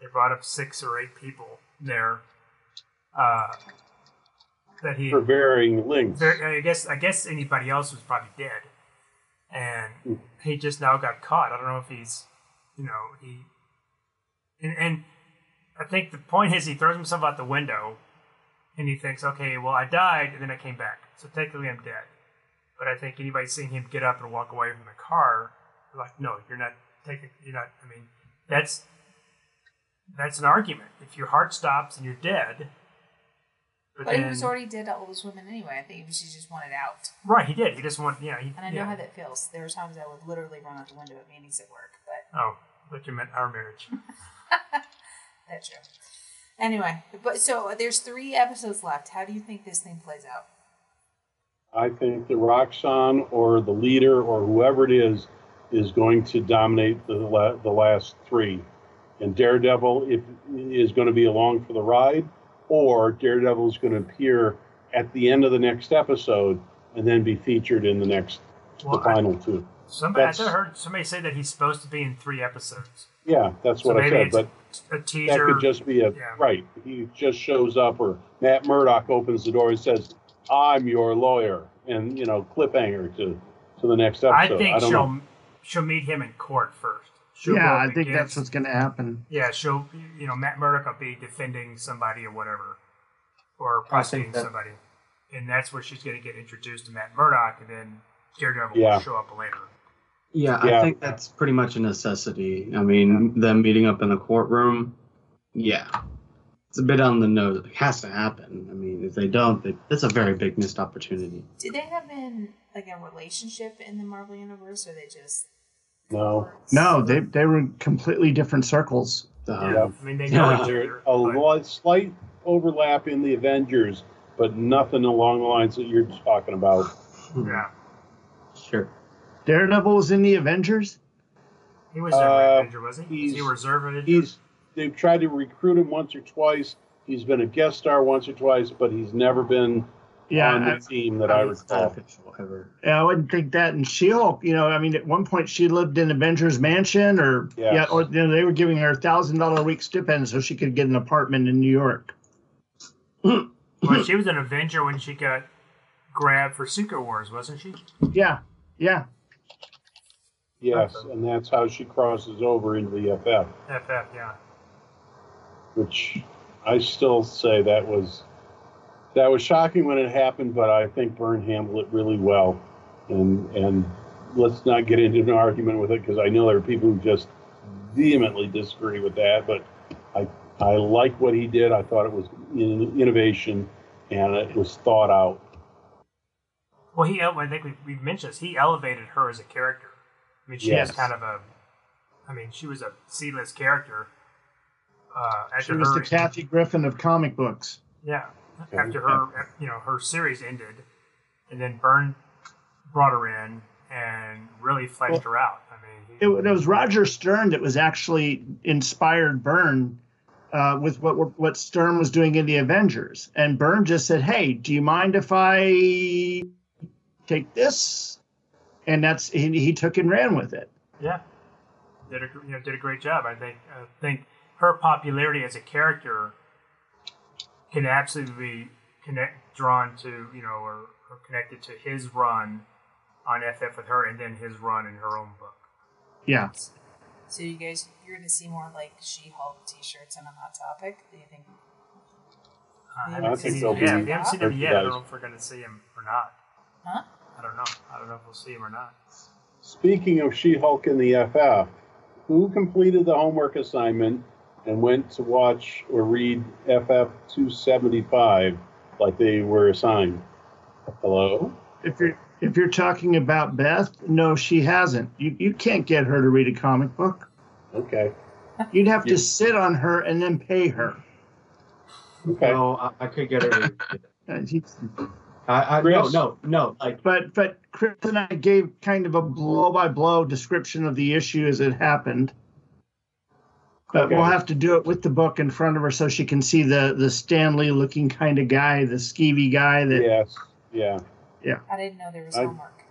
[SPEAKER 6] They brought up six or eight people there. Uh, that he
[SPEAKER 1] for varying lengths.
[SPEAKER 6] there, I guess I guess anybody else was probably dead, and he just now got caught. I don't know if he's, you know, he, and, and I think the point is he throws himself out the window, and he thinks, okay, well I died and then I came back, so technically I'm dead. But I think anybody seeing him get up and walk away from the car, they're like, no, you're not taking, you're not. I mean, that's that's an argument. If your heart stops and you're dead.
[SPEAKER 4] But he was already dead to all those women anyway. I think she just wanted out.
[SPEAKER 6] Right, he did. He just wanted, yeah. He,
[SPEAKER 4] And I
[SPEAKER 6] yeah.
[SPEAKER 4] know how that feels. There were times I would literally run out the window at meetings at work, but
[SPEAKER 6] Oh, but you meant our marriage.
[SPEAKER 4] that's true. Anyway, but so there's three episodes left. How do you think this thing plays out?
[SPEAKER 1] I think the Roxon or the leader or whoever it is is going to dominate the la- the last three, and Daredevil if, is going to be along for the ride, or Daredevil is going to appear at the end of the next episode and then be featured in the next
[SPEAKER 6] Well,
[SPEAKER 1] the
[SPEAKER 6] I-
[SPEAKER 1] final two.
[SPEAKER 6] Somebody, I
[SPEAKER 1] That's-
[SPEAKER 6] thought I heard somebody say that he's supposed to be in three episodes.
[SPEAKER 1] Yeah, that's
[SPEAKER 6] So
[SPEAKER 1] what I
[SPEAKER 6] maybe
[SPEAKER 1] said,
[SPEAKER 6] it's
[SPEAKER 1] but
[SPEAKER 6] a
[SPEAKER 1] that
[SPEAKER 6] teaser.
[SPEAKER 1] could just be a
[SPEAKER 6] yeah.
[SPEAKER 1] right. He just shows up, or Matt Murdock opens the door and says, "I'm your lawyer," and you know, cliffhanger to to the next
[SPEAKER 6] I
[SPEAKER 1] episode.
[SPEAKER 6] think
[SPEAKER 1] don't
[SPEAKER 6] she'll
[SPEAKER 1] know.
[SPEAKER 6] she'll meet him in court first. She'll go
[SPEAKER 2] yeah,
[SPEAKER 6] up
[SPEAKER 2] I think that's
[SPEAKER 6] against-
[SPEAKER 2] what's going to happen.
[SPEAKER 6] Yeah, she'll you know Matt Murdock will be defending somebody or whatever, or
[SPEAKER 3] I think
[SPEAKER 6] prosecuting
[SPEAKER 3] that-
[SPEAKER 6] somebody, and that's where she's going to get introduced to Matt Murdock, and then Daredevil
[SPEAKER 1] Yeah.
[SPEAKER 6] will show up later.
[SPEAKER 3] Yeah,
[SPEAKER 1] Yeah.
[SPEAKER 3] I think that's pretty much a necessity. I mean, them meeting up in the courtroom, yeah, it's a bit on the nose. It has to happen. I mean, if they don't, they, that's a very big missed opportunity.
[SPEAKER 4] Did they have in like a relationship in the Marvel universe, or they just
[SPEAKER 1] No.
[SPEAKER 2] No, they they were in completely different circles.
[SPEAKER 3] Um,
[SPEAKER 6] Yeah. I mean they know
[SPEAKER 3] Yeah.
[SPEAKER 6] each
[SPEAKER 1] There
[SPEAKER 6] other.
[SPEAKER 1] a
[SPEAKER 6] but-
[SPEAKER 1] lot, slight overlap in the Avengers, but nothing along the lines that you're talking about.
[SPEAKER 6] Yeah,
[SPEAKER 3] Sure.
[SPEAKER 2] Daredevil was in the Avengers.
[SPEAKER 6] he was never an
[SPEAKER 1] Uh,
[SPEAKER 6] Avenger, was he? Was he
[SPEAKER 1] he's-
[SPEAKER 6] a reserve Avenger?
[SPEAKER 1] He's they've tried to recruit him once or twice. He's been a guest star once or twice, but he's never been
[SPEAKER 2] Yeah,
[SPEAKER 1] on the
[SPEAKER 2] I,
[SPEAKER 1] team that I
[SPEAKER 3] It's not
[SPEAKER 1] recall.
[SPEAKER 3] official ever.
[SPEAKER 2] yeah, I wouldn't think that. And She Hulk, you know, I mean, at one point she lived in Avengers Mansion, or
[SPEAKER 1] Yes.
[SPEAKER 2] yeah, or you know, they were giving her a thousand dollar a week stipend so she could get an apartment in New York. Hmm.
[SPEAKER 6] Well, she was an Avenger when she got grabbed for Secret Wars, wasn't she?
[SPEAKER 2] Yeah, yeah.
[SPEAKER 1] Yes, and that's how she crosses over into the FF,
[SPEAKER 6] FF, yeah.
[SPEAKER 1] which I still say that was that was shocking when it happened, but I think Byrne handled it really well. And and let's not get into an argument with it because I know there are people who just vehemently disagree with that, but I I like what he did. I thought it was in, innovation, and it was thought out.
[SPEAKER 6] Well, he, I think we, we mentioned this, he elevated her as a character. I mean, she
[SPEAKER 1] Yes.
[SPEAKER 6] was kind of a, I mean, she was a C-list character. Uh, after
[SPEAKER 2] She was
[SPEAKER 6] her,
[SPEAKER 2] the Kathy Griffin of comic books.
[SPEAKER 6] Yeah,
[SPEAKER 1] Okay.
[SPEAKER 6] after her, you know, her series ended, and then Byrne brought her in and really fleshed her out. I mean, he,
[SPEAKER 2] It, it was Roger Stern that was actually inspired Byrne uh, with what what Stern was doing in the Avengers, and Byrne just said, "Hey, do you mind if I take this?" And that's he, he took and ran with it.
[SPEAKER 6] yeah, did a gr- you know did a great job. I think I think her popularity as a character can absolutely be connect drawn to you know or, or connected to his run on FF with her, and then his run in her own book.
[SPEAKER 2] Yeah,
[SPEAKER 4] So you guys, you're gonna see more like She-Hulk T-shirts on a hot topic. Do you think?
[SPEAKER 6] Uh,
[SPEAKER 4] I
[SPEAKER 6] I haven't
[SPEAKER 1] think
[SPEAKER 6] seen
[SPEAKER 1] they'll
[SPEAKER 6] him
[SPEAKER 1] be
[SPEAKER 6] yet. We haven't seen him yet. I don't know
[SPEAKER 1] merchandised.
[SPEAKER 6] if we're going to see him or not.
[SPEAKER 4] Huh?
[SPEAKER 6] I don't know. I don't know if we'll see him or not.
[SPEAKER 1] Speaking of She-Hulk and the FF, who completed the homework assignment and went to watch or read FF 275 like they were assigned? Hello?
[SPEAKER 2] if you're if you're talking about Beth, no, she hasn't. You you can't get her to read a comic book.
[SPEAKER 1] Okay.
[SPEAKER 2] You'd have
[SPEAKER 5] Yeah.
[SPEAKER 2] to sit on her and then pay her.
[SPEAKER 1] Okay.
[SPEAKER 3] No, I, I could get her. to-
[SPEAKER 2] Uh, he-
[SPEAKER 3] I, I no,
[SPEAKER 1] Chris?
[SPEAKER 3] no, no. Like
[SPEAKER 2] But but Chris and I gave kind of a blow by blow description of the issue as it happened. But
[SPEAKER 1] Okay.
[SPEAKER 2] we'll have to do it with the book in front of her so she can see the the Stanley looking kind of guy, the skeevy guy that
[SPEAKER 1] Yes. Yeah.
[SPEAKER 4] I didn't know there was
[SPEAKER 1] I-
[SPEAKER 4] homework.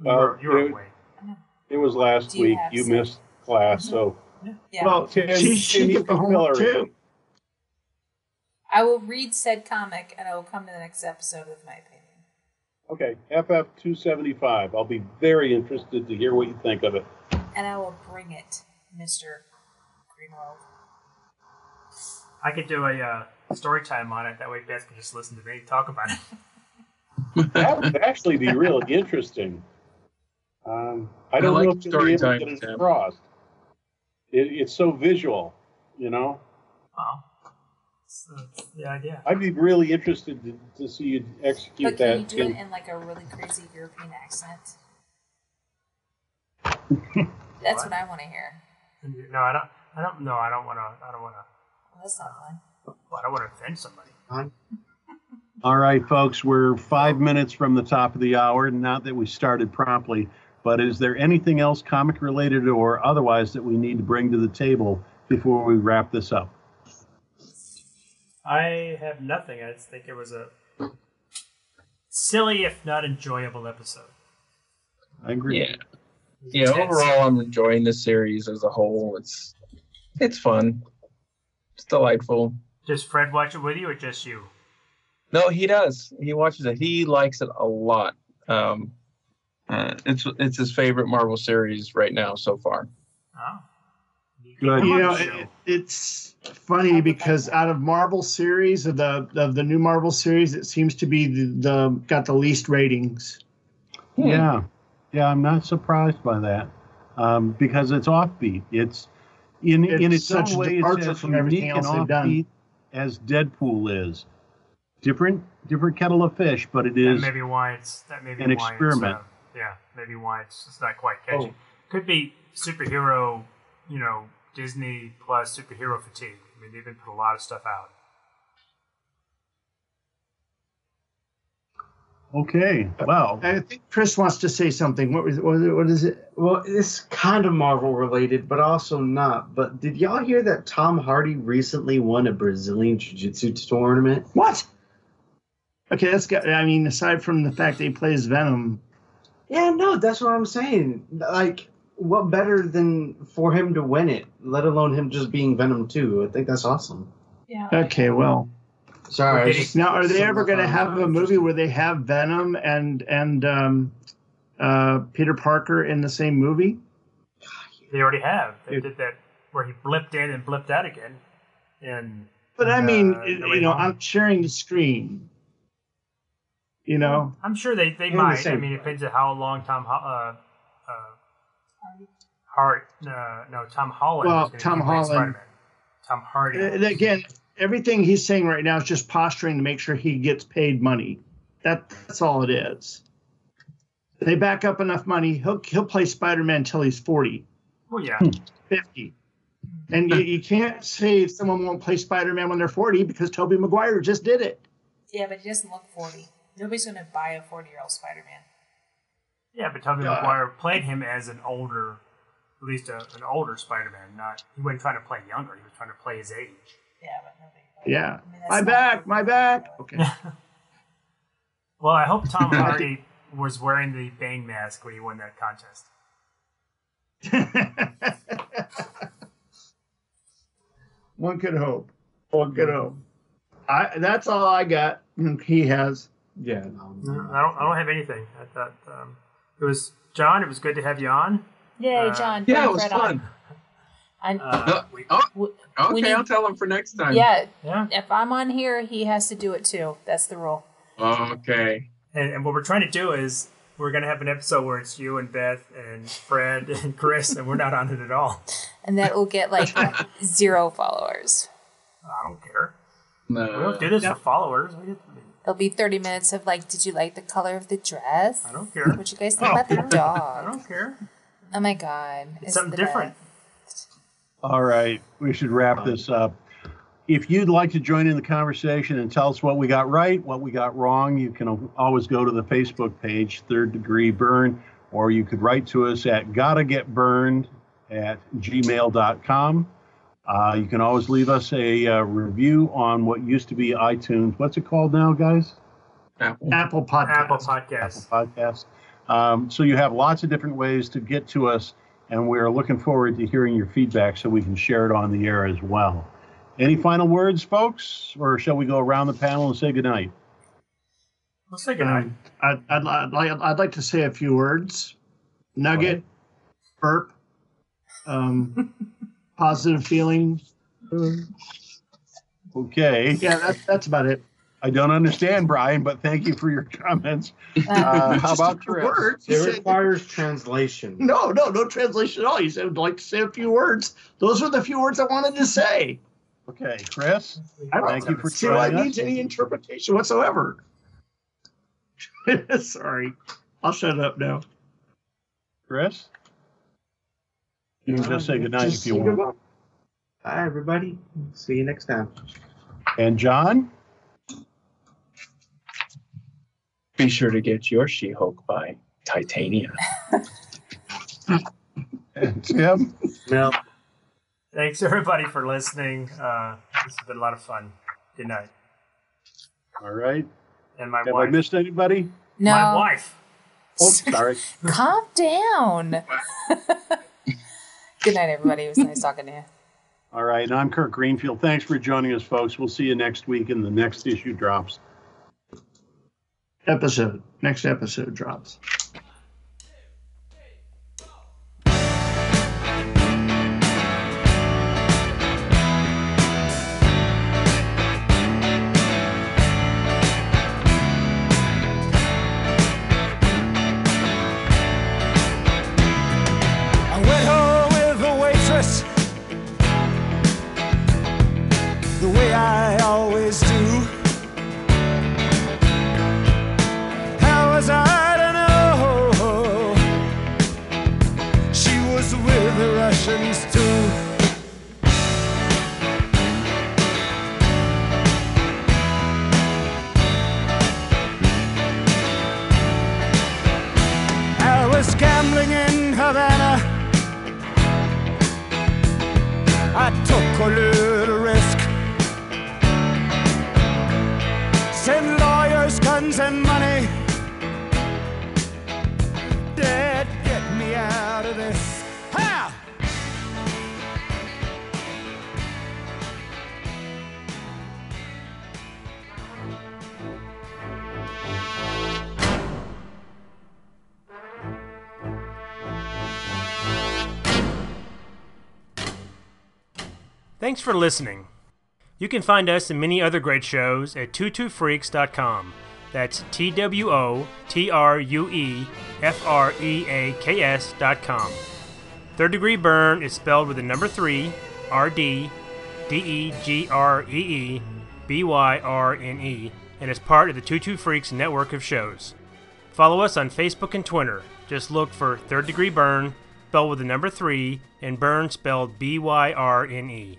[SPEAKER 6] You were,
[SPEAKER 1] Uh,
[SPEAKER 6] you were
[SPEAKER 1] it-
[SPEAKER 6] away.
[SPEAKER 1] It was last
[SPEAKER 4] Do you
[SPEAKER 1] week.
[SPEAKER 4] have
[SPEAKER 1] You
[SPEAKER 4] some?
[SPEAKER 1] missed class, so
[SPEAKER 4] Yeah.
[SPEAKER 2] well
[SPEAKER 1] Tim,
[SPEAKER 2] Mm-hmm. she
[SPEAKER 1] Tim,
[SPEAKER 2] she
[SPEAKER 1] you
[SPEAKER 2] did the
[SPEAKER 1] can
[SPEAKER 2] homework
[SPEAKER 1] fill her in.
[SPEAKER 2] too.
[SPEAKER 4] I will read said comic and I will come to the next episode with my opinion.
[SPEAKER 1] okay. FF 275. I'll be very interested to hear what you think of it.
[SPEAKER 4] And I will bring it, Mr. Greenwald.
[SPEAKER 6] I could do a uh, story time on it. That way Beth can just listen to me talk about it.
[SPEAKER 1] That would actually be really interesting. Um, I don't
[SPEAKER 5] I like
[SPEAKER 1] know if you'll
[SPEAKER 5] story
[SPEAKER 1] be able to
[SPEAKER 5] time,
[SPEAKER 1] get it
[SPEAKER 5] Sam.
[SPEAKER 1] across. It, it's so visual, you know.
[SPEAKER 6] Wow. So that's the idea.
[SPEAKER 1] I'd be really interested to, to see you execute
[SPEAKER 4] But can you
[SPEAKER 1] that.
[SPEAKER 4] do it
[SPEAKER 1] Tim.
[SPEAKER 4] in like a really crazy European accent? That's what I want to hear.
[SPEAKER 6] No, I don't. I don't. No, I don't want to. I don't want to.
[SPEAKER 4] Well, that's not fun.
[SPEAKER 6] I don't want to offend somebody.
[SPEAKER 1] All right, folks, we're five minutes from the top of the hour. Not that we started promptly, but is there anything else comic related or otherwise that we need to bring to the table before we wrap this up?
[SPEAKER 6] I have nothing. I just think it was a silly, if not enjoyable, episode.
[SPEAKER 1] I agree.
[SPEAKER 5] Yeah. Yeah, overall I'm enjoying the series as a whole. It's it's fun. It's delightful.
[SPEAKER 6] Does Fred watch it with you or just you?
[SPEAKER 5] No, he does. He watches it. He likes it a lot. Um uh, it's it's his favorite Marvel series right now so far.
[SPEAKER 6] Oh.
[SPEAKER 1] Good.
[SPEAKER 2] You
[SPEAKER 6] I'm on
[SPEAKER 2] know,
[SPEAKER 6] the
[SPEAKER 2] it,
[SPEAKER 6] show.
[SPEAKER 2] it- it's funny because out of Marvel series of the of the new Marvel series, it seems to be the, the got the least ratings.
[SPEAKER 1] Yeah, yeah, I'm not surprised by that um, because it's offbeat. It's in
[SPEAKER 2] It's
[SPEAKER 1] in its
[SPEAKER 2] such
[SPEAKER 1] own
[SPEAKER 2] a
[SPEAKER 1] way it's
[SPEAKER 2] departure
[SPEAKER 1] as
[SPEAKER 2] from everything
[SPEAKER 1] unique and
[SPEAKER 2] else they've
[SPEAKER 1] offbeat
[SPEAKER 2] done.
[SPEAKER 1] as Deadpool is. Different different kettle of fish, but it
[SPEAKER 6] That
[SPEAKER 1] is
[SPEAKER 6] may be why it's that may be
[SPEAKER 1] an
[SPEAKER 6] why
[SPEAKER 1] experiment. Oh.
[SPEAKER 6] It's, uh, yeah, maybe why it's just not quite catching. Could be superhero, you know, Disney plus superhero fatigue. I mean, they've been put a lot of stuff out.
[SPEAKER 1] okay. Well,
[SPEAKER 2] I think Chris wants to say something. What was what, what is it?
[SPEAKER 3] Well, it's kind of Marvel related, but also not. But did y'all hear that Tom Hardy recently won a Brazilian Jiu Jitsu tournament?
[SPEAKER 2] What? Okay, that's got. I mean, aside from the fact that he plays Venom,
[SPEAKER 3] Yeah, no, that's what I'm saying. Like, what better than for him to win it, let alone him just being Venom 2? I think that's awesome.
[SPEAKER 4] Yeah.
[SPEAKER 2] okay, well,
[SPEAKER 3] Sorry. I was
[SPEAKER 6] Okay.
[SPEAKER 3] just-
[SPEAKER 2] Now, are they
[SPEAKER 3] some
[SPEAKER 2] ever
[SPEAKER 3] of
[SPEAKER 2] going to
[SPEAKER 3] them
[SPEAKER 2] have
[SPEAKER 3] are
[SPEAKER 2] a movie
[SPEAKER 3] interesting.
[SPEAKER 2] where they have Venom and and um, uh, Peter Parker in the same movie?
[SPEAKER 6] They already have. They
[SPEAKER 2] It-
[SPEAKER 6] did that where he blipped in and blipped out again. And
[SPEAKER 2] But I mean,
[SPEAKER 6] Uh,
[SPEAKER 2] it-
[SPEAKER 6] No
[SPEAKER 2] you
[SPEAKER 6] Way
[SPEAKER 2] know,
[SPEAKER 6] Home.
[SPEAKER 2] I'm sharing the screen. You know,
[SPEAKER 6] I'm sure they, they
[SPEAKER 2] In the
[SPEAKER 6] might. I
[SPEAKER 2] same-
[SPEAKER 6] mean, it depends on how long Tom Ho- uh, uh, Hart uh, no Tom Holland.
[SPEAKER 2] Well,
[SPEAKER 6] is gonna
[SPEAKER 2] Tom
[SPEAKER 6] be playing
[SPEAKER 2] Holland-
[SPEAKER 6] Spider-Man. Tom Hardy.
[SPEAKER 2] Uh, again, everything he's saying right now is just posturing to make sure he gets paid money. That that's all it is. They back up enough money. He'll he'll play Spider-Man till he's 40,
[SPEAKER 6] well, Oh, yeah.
[SPEAKER 2] Hmm. 50. And you, you can't say someone won't play Spider-Man when they're 40 because Toby Maguire just did it.
[SPEAKER 4] Yeah, but he doesn't look 40. Nobody's going to buy a 40 year old Spider Man.
[SPEAKER 6] Yeah, but Tobey
[SPEAKER 2] Uh,
[SPEAKER 3] Yeah.
[SPEAKER 6] Maguire played him as an older, at least a, an older Spider-Man. Not he wasn't trying to play younger. He was trying to play his age.
[SPEAKER 4] Yeah, but nobody.
[SPEAKER 2] Yeah.
[SPEAKER 4] I mean, that's
[SPEAKER 2] My
[SPEAKER 4] not-
[SPEAKER 2] back, my back. Okay.
[SPEAKER 6] Well, I hope Tom Hardy was wearing the Bane mask when he won that contest.
[SPEAKER 2] One could hope.
[SPEAKER 6] Well,
[SPEAKER 2] Good hope. I that's all I got. He has.
[SPEAKER 3] Yeah. No,
[SPEAKER 6] I don't. I don't have anything. I thought um, it was John. It was good to have you on.
[SPEAKER 4] Yay,
[SPEAKER 6] Uh,
[SPEAKER 4] John.
[SPEAKER 5] Yeah,
[SPEAKER 4] bring
[SPEAKER 5] it was
[SPEAKER 4] Fred
[SPEAKER 5] fun.
[SPEAKER 4] on. I-
[SPEAKER 6] Uh, we,
[SPEAKER 5] Oh,
[SPEAKER 4] w-
[SPEAKER 5] okay,
[SPEAKER 4] We need-
[SPEAKER 5] I'll tell him for next time.
[SPEAKER 4] yeah,
[SPEAKER 6] yeah.
[SPEAKER 4] if I'm on here, he has to do it too. That's the rule.
[SPEAKER 5] Okay.
[SPEAKER 6] And, and what we're trying to do is we're gonna have an episode where it's you and Beth and Fred and Chris, and we're not on it at all.
[SPEAKER 4] And that will get like zero followers.
[SPEAKER 6] I don't care. We
[SPEAKER 5] No.
[SPEAKER 6] don't do this for followers. We just,
[SPEAKER 4] It'll be 30 minutes of like, did you like the color of the dress?
[SPEAKER 6] I don't care.
[SPEAKER 4] What you guys think about the
[SPEAKER 6] I
[SPEAKER 4] dog?
[SPEAKER 6] don't care.
[SPEAKER 4] Oh my god.
[SPEAKER 6] It's something
[SPEAKER 4] the
[SPEAKER 6] different.
[SPEAKER 4] best.
[SPEAKER 1] All right, we should wrap this up. If you'd like to join in the conversation and tell us what we got right, what we got wrong, you can always go to the Facebook page, Third Degree Burn, or you could write to us at gotta get burned at gmail.com. Uh, you can always leave us a uh, review on what used to be iTunes. What's it called now, guys?
[SPEAKER 5] Apple.
[SPEAKER 2] Apple Podcast.
[SPEAKER 6] Apple Podcasts.
[SPEAKER 1] Apple Podcasts. Um, so you have lots of different ways to get to us, and we're looking forward to hearing your feedback so we can share it on the air as well. Any final words, folks, or shall we go around the panel and say goodnight?
[SPEAKER 6] Let's say goodnight.
[SPEAKER 2] Um, I'd, I'd, li- I'd, li- I'd like to say a few words. Nugget, burp, um, positive feeling. Mm.
[SPEAKER 1] Okay.
[SPEAKER 2] Yeah, that's, that's about it.
[SPEAKER 1] I don't understand, Brian, but thank you for your comments.
[SPEAKER 4] Uh,
[SPEAKER 1] Uh, how
[SPEAKER 2] Just
[SPEAKER 1] about
[SPEAKER 2] a few
[SPEAKER 1] Chris?
[SPEAKER 2] words. He
[SPEAKER 3] It
[SPEAKER 2] said-
[SPEAKER 3] requires translation.
[SPEAKER 2] no, no, no translation at all. He said, I'd like to say a few words. Those are the few words I wanted to say.
[SPEAKER 1] Okay, Chris.
[SPEAKER 2] I don't
[SPEAKER 1] Thank you for
[SPEAKER 2] see why it
[SPEAKER 1] joining us.
[SPEAKER 2] needs any interpretation whatsoever. Sorry. I'll shut up now.
[SPEAKER 1] Chris. You can just say goodnight
[SPEAKER 3] Just
[SPEAKER 1] if you
[SPEAKER 3] say
[SPEAKER 1] want.
[SPEAKER 3] goodbye. Bye, everybody. See you next time.
[SPEAKER 1] And John.
[SPEAKER 5] Be sure to get your She Hulk by Titania.
[SPEAKER 1] And Tim.
[SPEAKER 3] No.
[SPEAKER 6] Thanks everybody for listening. Uh, this has been a lot of fun. Good night.
[SPEAKER 1] All right.
[SPEAKER 6] And my
[SPEAKER 1] Have I
[SPEAKER 6] wife.
[SPEAKER 1] missed anybody?
[SPEAKER 4] no.
[SPEAKER 6] My wife.
[SPEAKER 1] Oh, sorry.
[SPEAKER 4] Calm down. Good night, everybody. It was nice talking to you.
[SPEAKER 1] All right, and I'm Kirk Greenfield. Thanks for joining us, folks. We'll see you next week in the next issue drops.
[SPEAKER 2] Episode. Next episode drops.
[SPEAKER 7] I went home with the waitress the way I always do. How was I to know? She was with the Russians too. I was gambling in Havana. I took a little risk. Send lawyers, guns, and money. Dad, get me out of this. Ha!
[SPEAKER 6] Thanks for listening. You can find us and many other great shows at tutufreaks.com. That's T W O T R U E F R E A K S dot com. Third Degree Burn is spelled with the number 3, R D D E G R E E B Y R N E, and is part of the Tutu Freaks network of shows. Follow us on Facebook and Twitter. Just look for Third Degree Burn, spelled with the number 3, and Burn spelled B Y R N E.